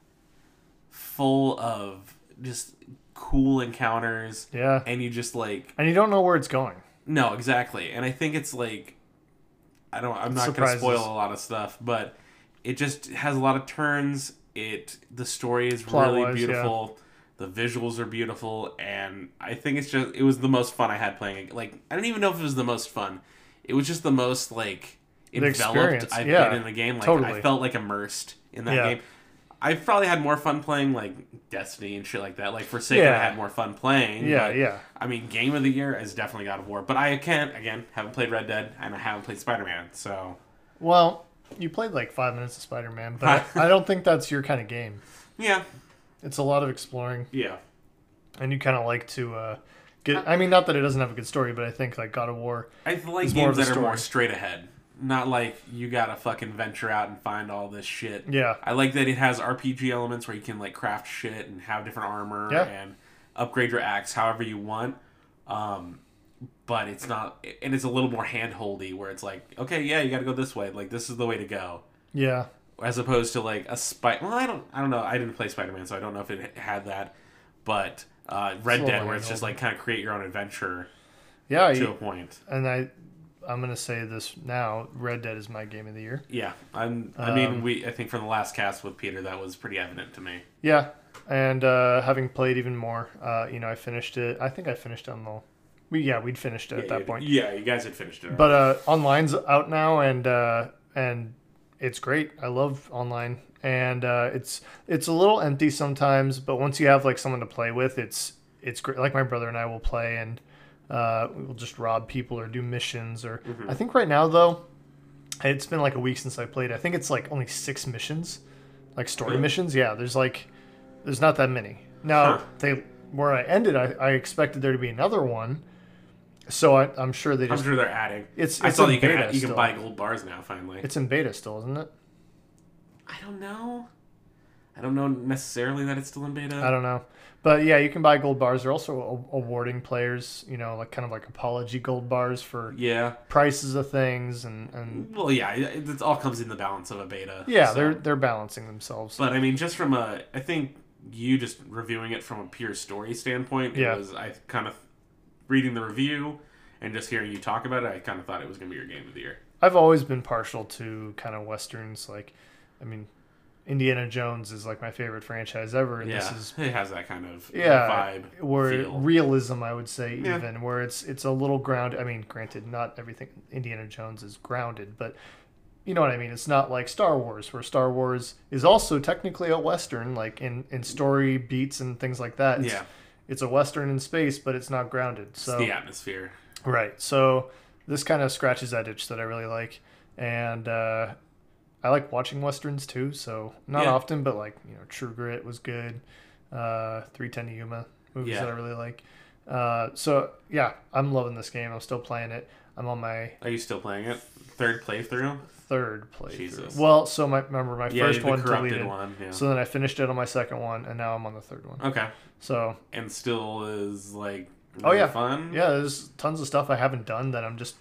Speaker 1: full of just cool encounters,
Speaker 2: Yeah.
Speaker 1: and you just like
Speaker 2: And you don't know where it's going.
Speaker 1: No, exactly. And I think it's like I don't I'm not going to
Speaker 2: Surprises.
Speaker 1: spoil a lot of stuff, but it just has a lot of turns. It the story is really
Speaker 2: Plot-wise,
Speaker 1: beautiful. The visuals are beautiful and I think it's just it was the most fun I had playing it. Like I don't even know if it was the most fun. It was just the most like enveloped
Speaker 2: experience,
Speaker 1: I've
Speaker 2: yeah,
Speaker 1: been in the game. Like I
Speaker 2: totally.
Speaker 1: felt like immersed in that
Speaker 2: Yeah.
Speaker 1: game. I probably had more fun playing like Destiny and shit like that. Like Forsaken, I
Speaker 2: Yeah.
Speaker 1: had more fun playing.
Speaker 2: Yeah,
Speaker 1: but-
Speaker 2: yeah.
Speaker 1: I mean, game of the year is definitely God of War, but I can't again haven't played Red Dead and I haven't played Spider Man, so
Speaker 2: Well, you played like five minutes of Spider Man, but I don't think that's your kind of game.
Speaker 1: yeah,
Speaker 2: It's a lot of exploring,
Speaker 1: yeah,
Speaker 2: and you kind of like to uh, get. I mean, not that it doesn't have a good story, but I think like God of War.
Speaker 1: I th- like
Speaker 2: It's more
Speaker 1: games
Speaker 2: of a
Speaker 1: that are more
Speaker 2: story.
Speaker 1: straight ahead, not like you gotta fucking venture out and find all this shit.
Speaker 2: Yeah,
Speaker 1: I like that it has RPG elements where you can like craft shit and have different armor
Speaker 2: Yeah.
Speaker 1: and upgrade your axe however you want. Um, but it's not, and it's a little more handholdy where it's like, okay, yeah, you gotta go this way, like this is the way to go.
Speaker 2: yeah,
Speaker 1: as opposed to like a spy. Well, I don't, I don't know. I didn't play Spider Man, so I don't know if it had that. But uh, Red
Speaker 2: Slow
Speaker 1: Dead, where it's just
Speaker 2: handle.
Speaker 1: like kind of create your own adventure
Speaker 2: yeah.
Speaker 1: to a
Speaker 2: You,
Speaker 1: point.
Speaker 2: and I, I'm gonna say this now. Red Dead is my game of the year.
Speaker 1: Yeah, I'm.
Speaker 2: Um,
Speaker 1: I mean, we. I think from the last cast with Peter, that was pretty evident to me.
Speaker 2: Yeah, and uh, having played even more, uh, you know, I finished it. I think I finished on the. We yeah, we'd finished it at that point.
Speaker 1: yeah, you guys had finished it.
Speaker 2: But uh, online's out now, and uh, and it's great. I love online, and uh, it's it's a little empty sometimes, but once you have like someone to play with, it's it's great. Like my brother and I will play, and uh, we'll just rob people or do missions. Or
Speaker 1: Mm-hmm.
Speaker 2: I think right now though, it's been like a week since I played. I think it's like only six missions, like story
Speaker 1: Really?
Speaker 2: missions. Yeah, there's like there's not that many. Now
Speaker 1: Huh.
Speaker 2: they where I ended, I, I expected there to be another one. So I, I'm sure they
Speaker 1: I'm
Speaker 2: just
Speaker 1: sure they're adding.
Speaker 2: It's-
Speaker 1: I
Speaker 2: it's
Speaker 1: saw
Speaker 2: in
Speaker 1: that you can
Speaker 2: beta
Speaker 1: add- you can
Speaker 2: still.
Speaker 1: buy gold bars now. Finally,
Speaker 2: It's in beta still, isn't it?
Speaker 1: I don't know. I don't know necessarily that it's still in beta.
Speaker 2: I don't know. But yeah, you can buy gold bars. They're also a- awarding players, you know, like kind of like apology gold bars for
Speaker 1: yeah.
Speaker 2: prices of things, and and
Speaker 1: Well, yeah. It, it all comes in the balance of a beta.
Speaker 2: yeah,
Speaker 1: so.
Speaker 2: they're they're balancing themselves.
Speaker 1: But I mean, just from a, I think you just reviewing it from a pure story standpoint.
Speaker 2: Yeah.
Speaker 1: It was I kind of reading the review and just hearing you talk about it. I kind of thought it was gonna be your game of the year.
Speaker 2: I've always been partial to kind of westerns. Like, I mean, Indiana Jones is like my favorite franchise ever, and this
Speaker 1: yeah,
Speaker 2: is
Speaker 1: it has that kind of uh,
Speaker 2: yeah
Speaker 1: vibe.
Speaker 2: where
Speaker 1: feel.
Speaker 2: realism i would say
Speaker 1: Yeah.
Speaker 2: even where it's it's a little ground i mean granted not everything indiana jones is grounded but you know what i mean it's not like star wars where star wars is also technically a western like in in story beats and things like that it's,
Speaker 1: Yeah.
Speaker 2: it's a western in space but it's not grounded
Speaker 1: It's
Speaker 2: so
Speaker 1: the atmosphere.
Speaker 2: right so this kind of scratches that itch that i really like and uh I like watching westerns too, so not
Speaker 1: Yeah.
Speaker 2: often, but like you know, True Grit was good. Uh, Three Ten to Yuma movies
Speaker 1: Yeah.
Speaker 2: that I really like. Uh, so yeah, I'm loving this game. I'm still playing it. I'm on my
Speaker 1: Are you still playing it? Third playthrough?
Speaker 2: third playthrough.
Speaker 1: Jesus.
Speaker 2: Well, so my remember my
Speaker 1: Yeah,
Speaker 2: first
Speaker 1: the
Speaker 2: one
Speaker 1: corrupted
Speaker 2: deleted.
Speaker 1: one. Yeah.
Speaker 2: So then I finished it on my second one, and now I'm on the third one.
Speaker 1: okay.
Speaker 2: So
Speaker 1: And still is like
Speaker 2: Oh,
Speaker 1: really
Speaker 2: yeah.
Speaker 1: fun.
Speaker 2: yeah, there's tons of stuff I haven't done that I'm just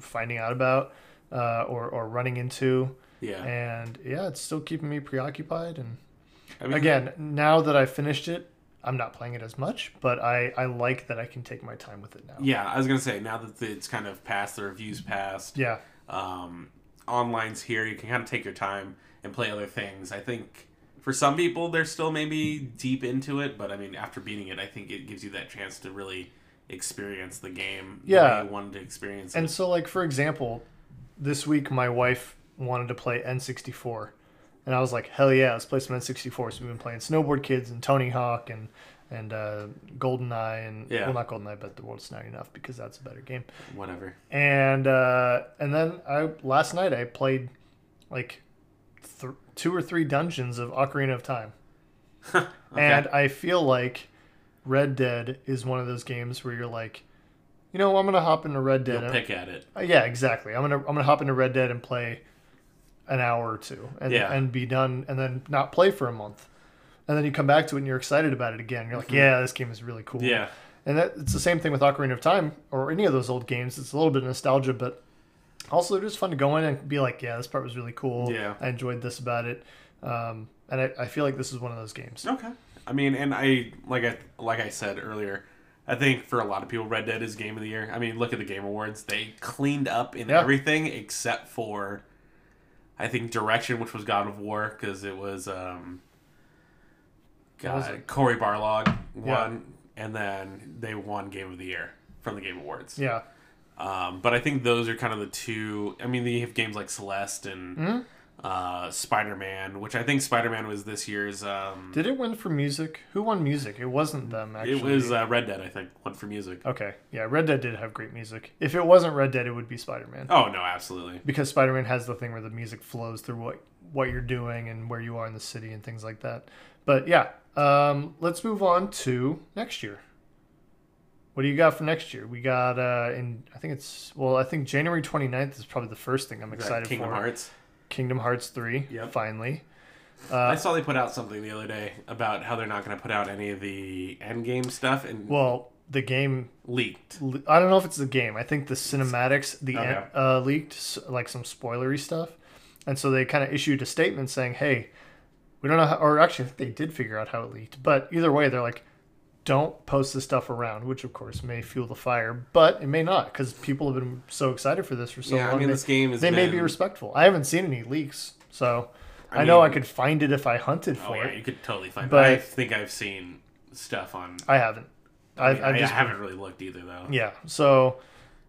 Speaker 2: finding out about uh, or or running into,
Speaker 1: Yeah.
Speaker 2: and yeah, it's still keeping me preoccupied. And
Speaker 1: I mean,
Speaker 2: again, now that I finished it, I'm not playing it as much, but I I like that I can take my time with it now.
Speaker 1: Yeah, I was gonna say now that it's kind of past the reviews passed,
Speaker 2: Yeah,
Speaker 1: um, online's here. You can kind of take your time and play other things. I think for some people, they're still maybe deep into it, but I mean, after beating it, I think it gives you that chance to really experience the game. the
Speaker 2: Yeah.
Speaker 1: way you wanted to experience it.
Speaker 2: and so like for example, this week my wife wanted to play N64, and I was like, hell yeah, let's play some N64. So we've been playing Snowboard Kids and Tony Hawk and and uh, GoldenEye and
Speaker 1: Yeah.
Speaker 2: well not GoldenEye, but The World's Not Enough because that's a better game.
Speaker 1: Whatever.
Speaker 2: and uh, and then I last night I played like th- two or three dungeons of Ocarina of Time,
Speaker 1: Okay.
Speaker 2: and I feel like Red Dead is one of those games where you're like, you know, I'm gonna hop into Red Dead.
Speaker 1: You'll pick at it.
Speaker 2: Uh, yeah, exactly. I'm gonna I'm gonna hop into Red Dead and play an hour or two, and
Speaker 1: Yeah.
Speaker 2: and be done, and then not play for a month, and then you come back to it and you're excited about it again. You're like, yeah, this game is really cool.
Speaker 1: Mm-hmm. Yeah.
Speaker 2: And that, it's the same thing with Ocarina of Time or any of those old games. It's a little bit of nostalgia, but also just fun to go in and be like, yeah, this part was really cool.
Speaker 1: Yeah.
Speaker 2: I enjoyed this about it. Um, and I, I feel like this is one of those games.
Speaker 1: Okay. I mean, and I like I like I said earlier, I think for a lot of people, Red Dead is game of the year. I mean, look at the Game Awards; they cleaned up in
Speaker 2: Yeah.
Speaker 1: everything except for, I think, direction, which was God of War, because it was um,
Speaker 2: What was
Speaker 1: God,
Speaker 2: it?
Speaker 1: Corey Barlog won, and then they won Game of the Year from the Game Awards.
Speaker 2: Yeah.
Speaker 1: Um, but I think those are kind of the two. I mean, you have games like Celeste and
Speaker 2: Mm-hmm.
Speaker 1: uh, Spider Man, which I think Spider Man was this year's. Um,
Speaker 2: Did it win for music? Who won music? It wasn't them, actually.
Speaker 1: It was uh, Red Dead, I think, one for music.
Speaker 2: Okay. Yeah, Red Dead did have great music. If it wasn't Red Dead, it would be Spider Man.
Speaker 1: Oh no, absolutely.
Speaker 2: Because Spider Man has the thing where the music flows through what, what you're doing and where you are in the city and things like that. But yeah, um, let's move on to next year. What do you got for next year? We got uh, in I think it's well I think January 29th is probably the first thing I'm
Speaker 1: Is that
Speaker 2: excited
Speaker 1: Kingdom
Speaker 2: for.
Speaker 1: Hearts.
Speaker 2: Kingdom Hearts 3
Speaker 1: Yep.
Speaker 2: finally. Uh,
Speaker 1: I saw they put out something the other day about how they're not going to put out any of the Endgame stuff and
Speaker 2: Well, the game
Speaker 1: leaked.
Speaker 2: I don't know if it's the game. I think the cinematics the
Speaker 1: Okay.
Speaker 2: uh, leaked s- like some spoilery stuff, and so they kind of issued a statement saying, "Hey, we don't know," how, or actually, I think they did figure out how it leaked. But either way, they're like, "Don't post this stuff around," which of course may fuel the fire, but it may not because people have been so excited for this for so
Speaker 1: yeah,
Speaker 2: long.
Speaker 1: I mean
Speaker 2: they
Speaker 1: this game is.
Speaker 2: they may be respectful. I haven't seen any leaks, so I,
Speaker 1: I
Speaker 2: know I
Speaker 1: mean-
Speaker 2: could find it if I hunted for
Speaker 1: Oh yeah,
Speaker 2: it.
Speaker 1: you could totally find.
Speaker 2: But-
Speaker 1: But I think I've seen stuff on.
Speaker 2: I haven't.
Speaker 1: I,
Speaker 2: I've,
Speaker 1: mean,
Speaker 2: I've
Speaker 1: I
Speaker 2: just
Speaker 1: haven't really looked either though.
Speaker 2: yeah. So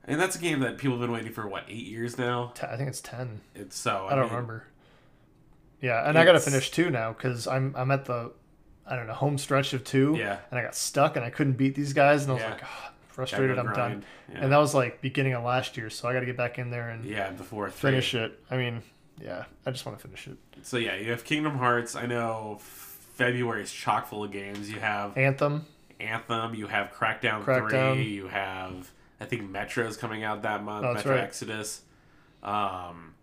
Speaker 1: And that's a game that people have been waiting for what eight years now.
Speaker 2: t- I think it's ten.
Speaker 1: It's so
Speaker 2: I don't
Speaker 1: mean,
Speaker 2: remember. Yeah, and I gotta
Speaker 1: It's-
Speaker 2: finish two now because I'm I'm at the I don't know home stretch of two.
Speaker 1: Yeah.
Speaker 2: and I got stuck and I couldn't beat these guys and I was
Speaker 1: Yeah.
Speaker 2: like "Ah, frustrated.
Speaker 1: Gotta
Speaker 2: I'm
Speaker 1: go
Speaker 2: done.
Speaker 1: grind. Yeah.
Speaker 2: And that was like beginning of last year, so I got to get back in there and
Speaker 1: Yeah, before three.
Speaker 2: finish it. I mean, yeah, I just want to finish it.
Speaker 1: So yeah, you have Kingdom Hearts. I know February is chock full of games. You have
Speaker 2: Anthem.
Speaker 1: Anthem, you have Crackdown,
Speaker 2: Crackdown.
Speaker 1: 3, you have I think Metro's coming out that month,
Speaker 2: Oh, that's
Speaker 1: Metro
Speaker 2: right.
Speaker 1: Exodus. Um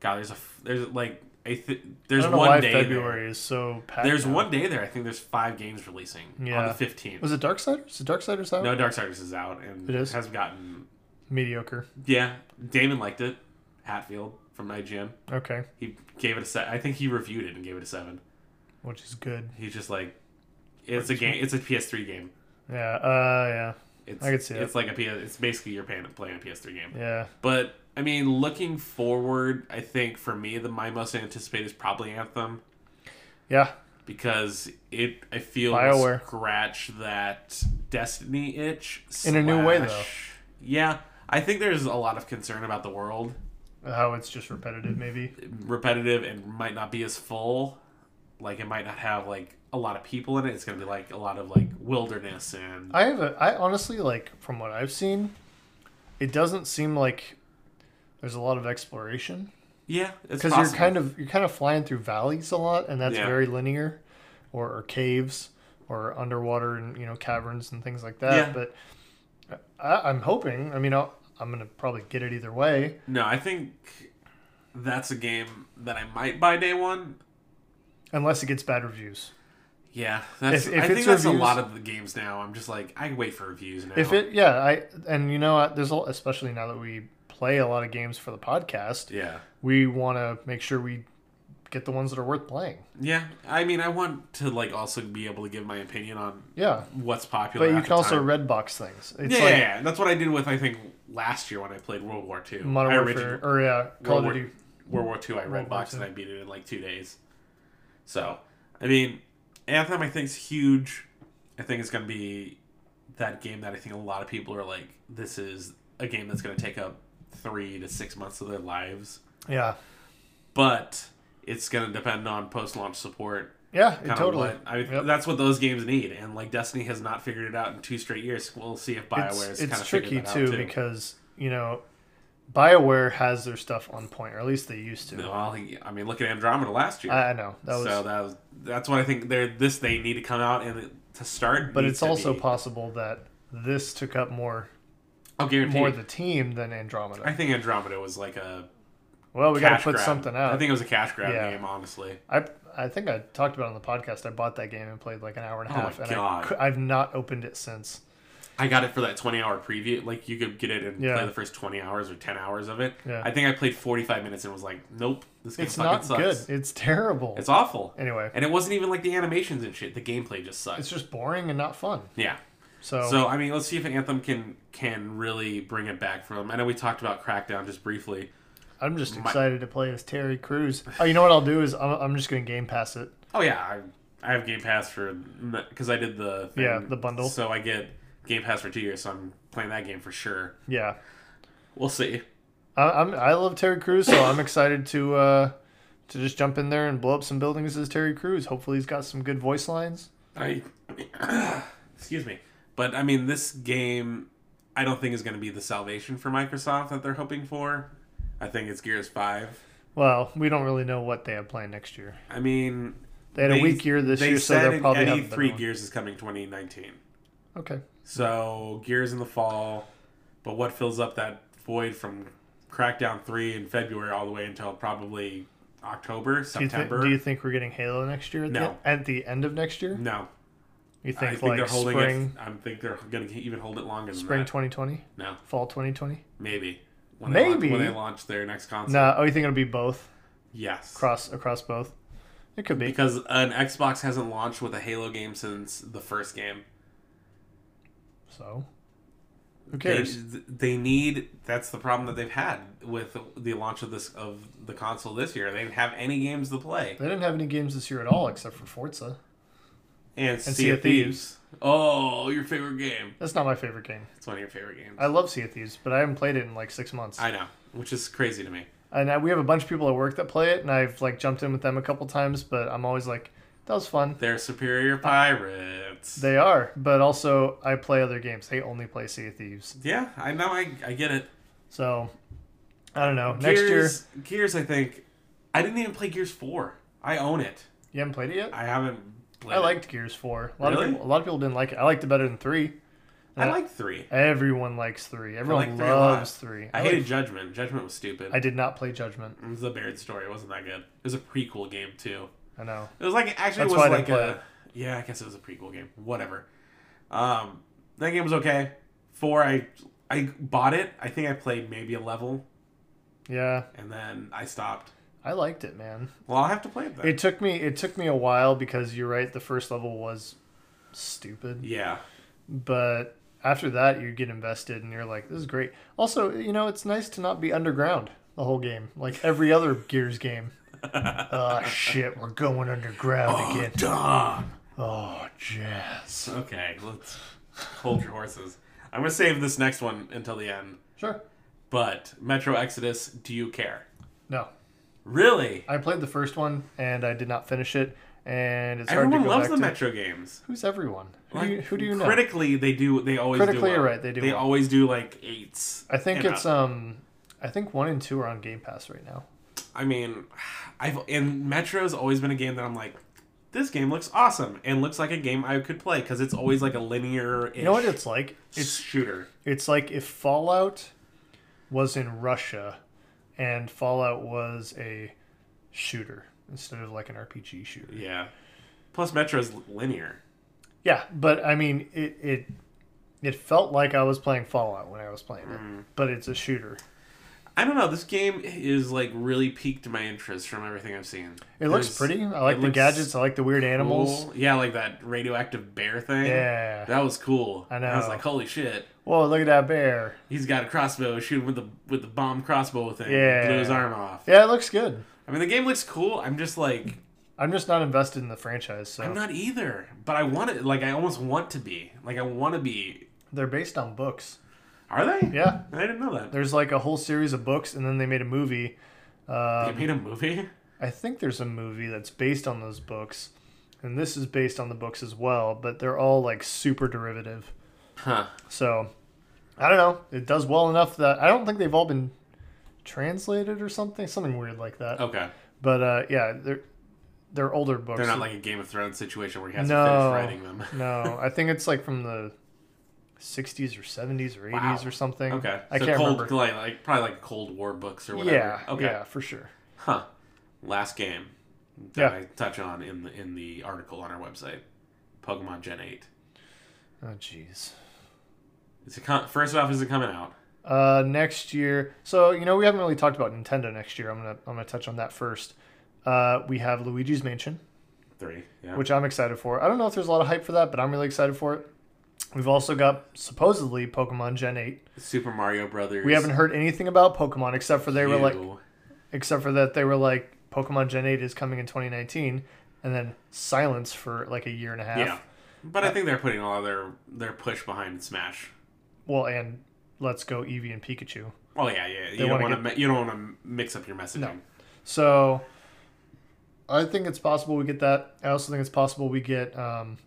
Speaker 1: God, there's a f- there's like I th- there's
Speaker 2: I don't know
Speaker 1: one
Speaker 2: why
Speaker 1: day
Speaker 2: February is so
Speaker 1: There.
Speaker 2: packed.
Speaker 1: There's
Speaker 2: now.
Speaker 1: one day there. I think there's 5 games releasing on
Speaker 2: Yeah.
Speaker 1: the 15th.
Speaker 2: Was it Darksiders? Is Darksiders out?
Speaker 1: no Darksiders is out and
Speaker 2: It is?
Speaker 1: has gotten
Speaker 2: Mediocre.
Speaker 1: yeah, Damon liked it. Hatfield from IGN.
Speaker 2: Okay,
Speaker 1: He gave it a set. I think he reviewed it and gave it a 7.
Speaker 2: which is good.
Speaker 1: He's just like it's a game it's a PS3 game.
Speaker 2: Yeah. Uh. Yeah.
Speaker 1: It's,
Speaker 2: I could see
Speaker 1: it's like a PS. It's basically you're paying, playing a PS3 game.
Speaker 2: Yeah.
Speaker 1: But I mean, looking forward, I think for me, the my most anticipated is probably Anthem
Speaker 2: Yeah.
Speaker 1: because it I feel will
Speaker 2: BioWare.
Speaker 1: scratch that Destiny itch
Speaker 2: In a new way, though.
Speaker 1: slash- Yeah, I think there's a lot of concern about the world,
Speaker 2: How it's just repetitive, maybe.
Speaker 1: repetitive and might not be as full. Like it might not have like a lot of people in it. It's gonna be like a lot of like wilderness and
Speaker 2: I have a. I honestly like from what I've seen, it doesn't seem like there's a lot of exploration
Speaker 1: yeah, it's
Speaker 2: because you're
Speaker 1: possible.
Speaker 2: kind of you're kind of flying through valleys a lot, and that's
Speaker 1: Yeah.
Speaker 2: very linear, or, or caves or underwater and you know caverns and things like that.
Speaker 1: Yeah.
Speaker 2: But I, I'm hoping. I mean, I'll, I'm gonna probably get it either way.
Speaker 1: No, I think that's a game that I might buy day one.
Speaker 2: Unless it gets bad reviews.
Speaker 1: Yeah, that's.
Speaker 2: If- if
Speaker 1: I
Speaker 2: it's
Speaker 1: think that's a
Speaker 2: reviews-
Speaker 1: lot of the games now. I'm just like I wait for reviews now.
Speaker 2: If it, yeah, I and you know, what, there's a, especially now that we play a lot of games for the podcast,
Speaker 1: yeah,
Speaker 2: we want to make sure we get the ones that are worth playing.
Speaker 1: yeah. I mean, I want to like also be able to give my opinion on
Speaker 2: Yeah,
Speaker 1: what's popular.
Speaker 2: but you
Speaker 1: at
Speaker 2: can
Speaker 1: the
Speaker 2: also
Speaker 1: time.
Speaker 2: red box things. It's
Speaker 1: yeah,
Speaker 2: like
Speaker 1: yeah, yeah. that's what I did with I think last year when I played World War Two.
Speaker 2: Modern
Speaker 1: I
Speaker 2: Warfare or yeah, Call
Speaker 1: World War-
Speaker 2: of Duty.
Speaker 1: World War Two. I
Speaker 2: World
Speaker 1: red
Speaker 2: War
Speaker 1: boxed and
Speaker 2: II.
Speaker 1: I beat it in like two days. So I mean, Anthem I think's huge. I think it's gonna be that game that I think a lot of people are like, this is a game that's gonna take up three to six months of their lives,
Speaker 2: Yeah,
Speaker 1: but it's gonna depend on post launch support.
Speaker 2: yeah, it
Speaker 1: Kind
Speaker 2: totally.
Speaker 1: of what I,
Speaker 2: Yep.
Speaker 1: that's what those games need, and like Destiny has not figured it out in two straight years. We'll see if
Speaker 2: It's,
Speaker 1: Bioware is kind
Speaker 2: it's
Speaker 1: of
Speaker 2: tricky
Speaker 1: that
Speaker 2: too,
Speaker 1: out too.
Speaker 2: because you know, Bioware has their stuff on point, or at least they used to.
Speaker 1: Well, he- I mean, look at Andromeda last year.
Speaker 2: I, I know that was,
Speaker 1: so that was that's what I think. They're this they need to come out and it- to start.
Speaker 2: but
Speaker 1: needs
Speaker 2: it's
Speaker 1: to
Speaker 2: also
Speaker 1: be,
Speaker 2: possible that this took up more
Speaker 1: I'll guarantee.
Speaker 2: more
Speaker 1: you,
Speaker 2: the team than
Speaker 1: I
Speaker 2: Andromeda.
Speaker 1: think Andromeda was like a
Speaker 2: Well, we got to
Speaker 1: cash
Speaker 2: put
Speaker 1: grab.
Speaker 2: something out.
Speaker 1: I think it was a cash grab
Speaker 2: Yeah.
Speaker 1: game, honestly.
Speaker 2: I I think I talked about it on the podcast. I bought that game and played like an hour and a
Speaker 1: Oh my
Speaker 2: half, and
Speaker 1: God.
Speaker 2: I, have not opened it since.
Speaker 1: I got it for that twenty hour preview. Like you could get it and
Speaker 2: Yeah.
Speaker 1: play the first twenty hours or ten hours of it.
Speaker 2: Yeah.
Speaker 1: I think I played forty five minutes and was like, nope, this game
Speaker 2: It's
Speaker 1: fucking
Speaker 2: not good.
Speaker 1: sucks.
Speaker 2: It's terrible.
Speaker 1: It's awful.
Speaker 2: anyway,
Speaker 1: And it wasn't even like the animations and shit. The gameplay just sucks.
Speaker 2: it's just Oh. boring and not fun.
Speaker 1: yeah.
Speaker 2: So,
Speaker 1: So I mean, let's see if Anthem can can really bring it back for them. I know we talked about Crackdown just briefly.
Speaker 2: I'm just
Speaker 1: my-
Speaker 2: excited to play as Terry Crews. Oh, you know what I'll do is I'm, I'm just going to Game Pass it.
Speaker 1: Oh yeah, I, I have Game Pass for because I did the thing.
Speaker 2: Yeah, the bundle.
Speaker 1: So I get Game Pass for two years, so I'm playing that game for sure.
Speaker 2: Yeah,
Speaker 1: We'll see.
Speaker 2: I, I'm I love Terry Crews, so I'm excited to uh, to just jump in there and blow up some buildings as Terry Crews. Hopefully, he's got some good voice lines.
Speaker 1: I excuse me, but I mean this game, I don't think is going to be the salvation for Microsoft that they're hoping for. I think it's Gears Five.
Speaker 2: Well, we don't really know what they have planned next year.
Speaker 1: I mean,
Speaker 2: They had a weak year this
Speaker 1: they
Speaker 2: year, so
Speaker 1: said
Speaker 2: they'll
Speaker 1: in
Speaker 2: probably
Speaker 1: at
Speaker 2: have a better
Speaker 1: E3
Speaker 2: one.
Speaker 1: Gears is coming 2019.
Speaker 2: Okay.
Speaker 1: So Gears in the fall, but what fills up that void from Crackdown three in February all the way until probably October,
Speaker 2: Do you, thi-
Speaker 1: September?
Speaker 2: do you think we're getting Halo next year? At, the, e,
Speaker 1: No.
Speaker 2: at the end of next year?
Speaker 1: no,
Speaker 2: You
Speaker 1: I
Speaker 2: think,
Speaker 1: think
Speaker 2: like
Speaker 1: they're holding
Speaker 2: spring,
Speaker 1: it. I think they're going to even hold it longer than
Speaker 2: spring
Speaker 1: that.
Speaker 2: 2020,
Speaker 1: No,
Speaker 2: fall 2020?
Speaker 1: maybe. When they launch-
Speaker 2: Maybe.
Speaker 1: when they launch their next console.
Speaker 2: No, oh, you think it'll be both
Speaker 1: Yes,
Speaker 2: across across both? It could be.
Speaker 1: because an Xbox hasn't launched with a Halo game since the first game.
Speaker 2: So,
Speaker 1: They,
Speaker 2: who cares?
Speaker 1: they need. That's the problem that they've had with the launch of this of the console this year. They didn't have any games to play.
Speaker 2: They didn't have any games this year at all except for Forza.
Speaker 1: and,
Speaker 2: Sea of Thieves.
Speaker 1: Oh, your favorite game.
Speaker 2: That's not my favorite game.
Speaker 1: It's one of your favorite games.
Speaker 2: I love Sea of Thieves, but I haven't played it in like six months.
Speaker 1: I know, which is crazy to me.
Speaker 2: and I, we have a bunch of people at work that play it, and I've like jumped in with them a couple times, but I'm always like, that was fun.
Speaker 1: They're superior pirates.
Speaker 2: They are, but also I play other games. They only play Sea of Thieves.
Speaker 1: yeah, I know. I, I get it.
Speaker 2: So, I don't know. Next year,
Speaker 1: Gears, Gears, I think. I didn't even play Gears 4. I own it.
Speaker 2: you haven't played it yet.
Speaker 1: I haven't played
Speaker 2: I
Speaker 1: it.
Speaker 2: liked Gears Four. A lot
Speaker 1: Really?
Speaker 2: of people, a lot of people didn't like it. I liked it better than three.
Speaker 1: I like 3.
Speaker 2: Everyone likes three. Everyone
Speaker 1: like three a lot.
Speaker 2: loves three.
Speaker 1: I
Speaker 2: like-
Speaker 1: hated Judgment. Judgment was stupid.
Speaker 2: I did not play Judgment.
Speaker 1: it was a Baird story. It wasn't that good. It was a prequel game, too.
Speaker 2: I know.
Speaker 1: It was like actually
Speaker 2: That's
Speaker 1: it
Speaker 2: why I
Speaker 1: was
Speaker 2: didn't
Speaker 1: like
Speaker 2: play
Speaker 1: a yeah, I guess it was a prequel game. Whatever. Um, that game was okay. Four, I I bought it. I think I played maybe a level
Speaker 2: Yeah,
Speaker 1: and then I stopped.
Speaker 2: I liked it, man.
Speaker 1: Well, I'll have to play it then.
Speaker 2: It took me. It took me a while because you're right. The first level was stupid,
Speaker 1: yeah,
Speaker 2: but after that, you get invested, and you're like, "This is great." Also, you know, it's nice to not be underground the whole game, like every other Gears game. oh shit, we're going underground
Speaker 1: Oh.
Speaker 2: again.
Speaker 1: dumb.
Speaker 2: Oh, jazz.
Speaker 1: Okay, let's hold your horses. I'm gonna save this next one until the end.
Speaker 2: Sure.
Speaker 1: But Metro Exodus, do you care?
Speaker 2: No,
Speaker 1: Really?
Speaker 2: I played the first one and I did not finish it, and it's hard
Speaker 1: Everyone
Speaker 2: to go
Speaker 1: loves
Speaker 2: back
Speaker 1: the
Speaker 2: to.
Speaker 1: Metro games.
Speaker 2: Who's everyone? Who, do you,
Speaker 1: Like,
Speaker 2: who do you know?
Speaker 1: Critically, they do. They always
Speaker 2: Critically,
Speaker 1: do
Speaker 2: you're
Speaker 1: well.
Speaker 2: right, they do
Speaker 1: They
Speaker 2: well.
Speaker 1: always do like eights.
Speaker 2: I think
Speaker 1: and uh,
Speaker 2: it's
Speaker 1: up.
Speaker 2: um, I think one and two are on Game Pass right now.
Speaker 1: I mean, I've and Metro's always been a game that I'm like, this game looks awesome and looks like a game I could play because it's always like a linear.
Speaker 2: You know what it's like? It's
Speaker 1: shooter.
Speaker 2: it's like if Fallout was in Russia, and Fallout was a shooter instead of like an RPG shooter.
Speaker 1: Yeah. Plus, Metro's linear.
Speaker 2: Yeah, but I mean, it it it felt like I was playing Fallout when I was playing it,
Speaker 1: Mm.
Speaker 2: but it's a shooter.
Speaker 1: I don't know. This game is like really piqued my interest from everything I've seen.
Speaker 2: It looks
Speaker 1: There's-
Speaker 2: pretty. I
Speaker 1: it
Speaker 2: like the
Speaker 1: looks
Speaker 2: gadgets. I like the weird animals.
Speaker 1: cool. Yeah, like that radioactive bear thing.
Speaker 2: Yeah.
Speaker 1: That was cool.
Speaker 2: I
Speaker 1: I was
Speaker 2: know.
Speaker 1: like, holy shit.
Speaker 2: Whoa, look at that bear.
Speaker 1: He's got a crossbow shooting with the with the bomb crossbow thing.
Speaker 2: Yeah.
Speaker 1: Blew his arm off.
Speaker 2: Yeah, it looks good.
Speaker 1: I mean the game looks cool. I'm just like
Speaker 2: I'm just not invested in the franchise, so
Speaker 1: I'm not either. But I want it like I almost want to be. Like I wanna be
Speaker 2: they're based on books.
Speaker 1: Are they?
Speaker 2: Yeah,
Speaker 1: I didn't know that.
Speaker 2: there's like a whole series of books, and then they made a movie.
Speaker 1: They
Speaker 2: Um,
Speaker 1: made a movie?
Speaker 2: I think there's a movie that's based on those books, and this is based on the books as well. But they're all like super derivative.
Speaker 1: Huh.
Speaker 2: So I don't know. It does well enough that I don't think they've all been translated or something, something weird like that.
Speaker 1: Okay.
Speaker 2: But uh, yeah, they're they're older books.
Speaker 1: Oh. They're not like a Game of Thrones situation where he has to
Speaker 2: No.
Speaker 1: finish writing them.
Speaker 2: no, I think it's like from the 60s or 70s or 80s
Speaker 1: Wow.
Speaker 2: or something.
Speaker 1: Okay.
Speaker 2: I
Speaker 1: so
Speaker 2: can't
Speaker 1: cold,
Speaker 2: remember.
Speaker 1: Like, like probably like Cold War books or whatever.
Speaker 2: Yeah,
Speaker 1: Okay.
Speaker 2: yeah, for sure.
Speaker 1: Huh. Last game that
Speaker 2: Yeah.
Speaker 1: I touch on in the in the article on our website, Pokemon Gen Eight.
Speaker 2: Oh jeez.
Speaker 1: Is it com- first off? Is it coming out?
Speaker 2: Uh, next year. So you know we haven't really talked about Nintendo next year. I'm gonna I'm gonna touch on that first. Uh, we have Luigi's Mansion,
Speaker 1: Three. Yeah.
Speaker 2: which I'm excited for. I don't know if there's a lot of hype for that, but I'm really excited for it. We've also got supposedly Pokemon Gen 8.
Speaker 1: Super Mario Brothers.
Speaker 2: We haven't heard anything about Pokemon except for they were like
Speaker 1: two.
Speaker 2: except for that they were like Pokemon Gen 8 is coming in 2019 and then silence for like a year and a half.
Speaker 1: Yeah. But
Speaker 2: uh,
Speaker 1: I think they're putting a lot of their their push behind Smash.
Speaker 2: Well, and let's go Eevee and Pikachu.
Speaker 1: Oh yeah, yeah. You don't
Speaker 2: wanna
Speaker 1: want to you don't want to mix up your messaging.
Speaker 2: No. So I think it's possible we get that. I also think it's possible we get um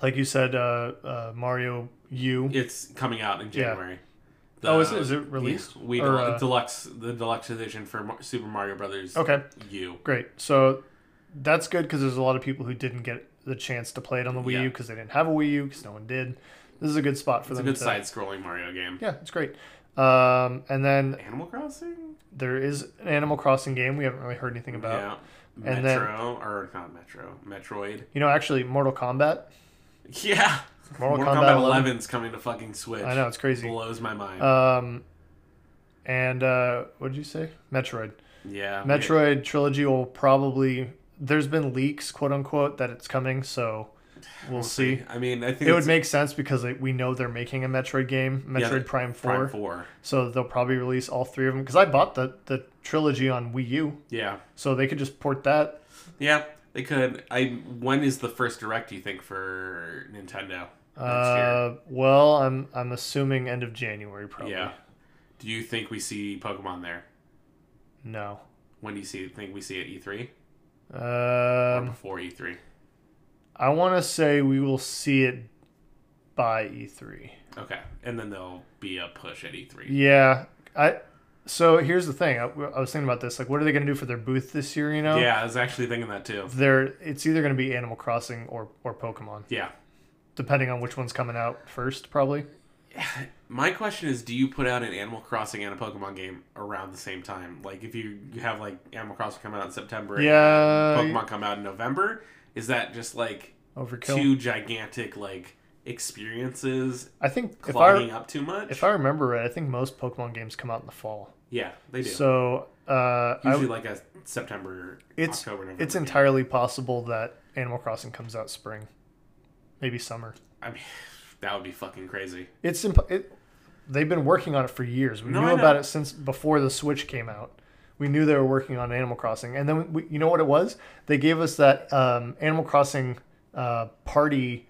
Speaker 2: like you said uh, uh Mario U.
Speaker 1: It's coming out in January.
Speaker 2: Oh, is it- is it released?
Speaker 1: Yeah, we
Speaker 2: Or,
Speaker 1: del-
Speaker 2: uh,
Speaker 1: deluxe the deluxe edition for Mar- Super Mario Brothers.
Speaker 2: Okay.
Speaker 1: U.
Speaker 2: Great. So that's good because there's a lot of people who didn't get the chance to play it on the Wii
Speaker 1: Yeah.
Speaker 2: U because they didn't have a Wii U because no one did. This is a good spot for
Speaker 1: It's a
Speaker 2: them.
Speaker 1: good
Speaker 2: to,
Speaker 1: side-scrolling Mario game.
Speaker 2: Yeah, it's great. Um, and then
Speaker 1: Animal Crossing.
Speaker 2: there is an Animal Crossing game we haven't really heard anything about.
Speaker 1: yeah.
Speaker 2: Oh. and then-
Speaker 1: Metro or not Metro, Metroid.
Speaker 2: You know, actually, Mortal Kombat.
Speaker 1: Yeah.
Speaker 2: Mortal
Speaker 1: Mortal,
Speaker 2: Kombat
Speaker 1: Kombat
Speaker 2: 11.
Speaker 1: 11's coming to fucking Switch.
Speaker 2: I know it's crazy.
Speaker 1: Blows my mind.
Speaker 2: Um, and uh, what did you say? Metroid.
Speaker 1: yeah.
Speaker 2: Metroid trilogy will probably. There's been leaks, quote unquote, that it's coming, so we'll see.
Speaker 1: I mean, I think
Speaker 2: It would
Speaker 1: it's
Speaker 2: make sense because they, we know they're making a Metroid game,
Speaker 1: Yeah,
Speaker 2: Metroid Prime 4,
Speaker 1: Prime 4.
Speaker 2: So they'll probably release all three of them. Because I bought the, the trilogy on Wii U,
Speaker 1: Yeah.
Speaker 2: so they could just port that.
Speaker 1: Yeah. They could. I when is the first direct you think for Nintendo? Next year?
Speaker 2: Uh, well, I'm I'm assuming end of January probably.
Speaker 1: Yeah. Do you think we see Pokemon there?
Speaker 2: No.
Speaker 1: When do you see think we see it E3 or
Speaker 2: Um,
Speaker 1: before E E3?
Speaker 2: I want to say we will see it by E E3.
Speaker 1: Okay. And then there'll be a push at E E3.
Speaker 2: Yeah, I. So here's the thing. I, I was thinking about this. Like, what are they going to do for their booth this year? You know,
Speaker 1: Yeah, I was actually thinking that too.
Speaker 2: They're it's either going to be Animal Crossing or or Pokemon,
Speaker 1: Yeah.
Speaker 2: depending on which one's coming out first, probably.
Speaker 1: My question is, do you put out an Animal Crossing and a Pokemon game around the same time? Like, if you you have like Animal Crossing come out in September, and
Speaker 2: Yeah. uh,
Speaker 1: Pokemon come out in November, is that just like
Speaker 2: Overkill.
Speaker 1: two gigantic like experiences
Speaker 2: I think if
Speaker 1: clogging
Speaker 2: I
Speaker 1: up too much?
Speaker 2: if I remember right, I think most Pokemon games come out in the fall.
Speaker 1: yeah, they do.
Speaker 2: So uh, I,
Speaker 1: Usually, like a September,
Speaker 2: it's
Speaker 1: October, November.
Speaker 2: it's
Speaker 1: game.
Speaker 2: entirely possible that Animal Crossing comes out spring, maybe summer.
Speaker 1: I mean, that would be fucking crazy.
Speaker 2: It's imp- it, they've been working on it for years. We
Speaker 1: No, I
Speaker 2: knew
Speaker 1: know.
Speaker 2: about it since before the Switch came out. We knew they were working on Animal Crossing, and then we, you know what it was? They gave us that um, Animal Crossing uh, party.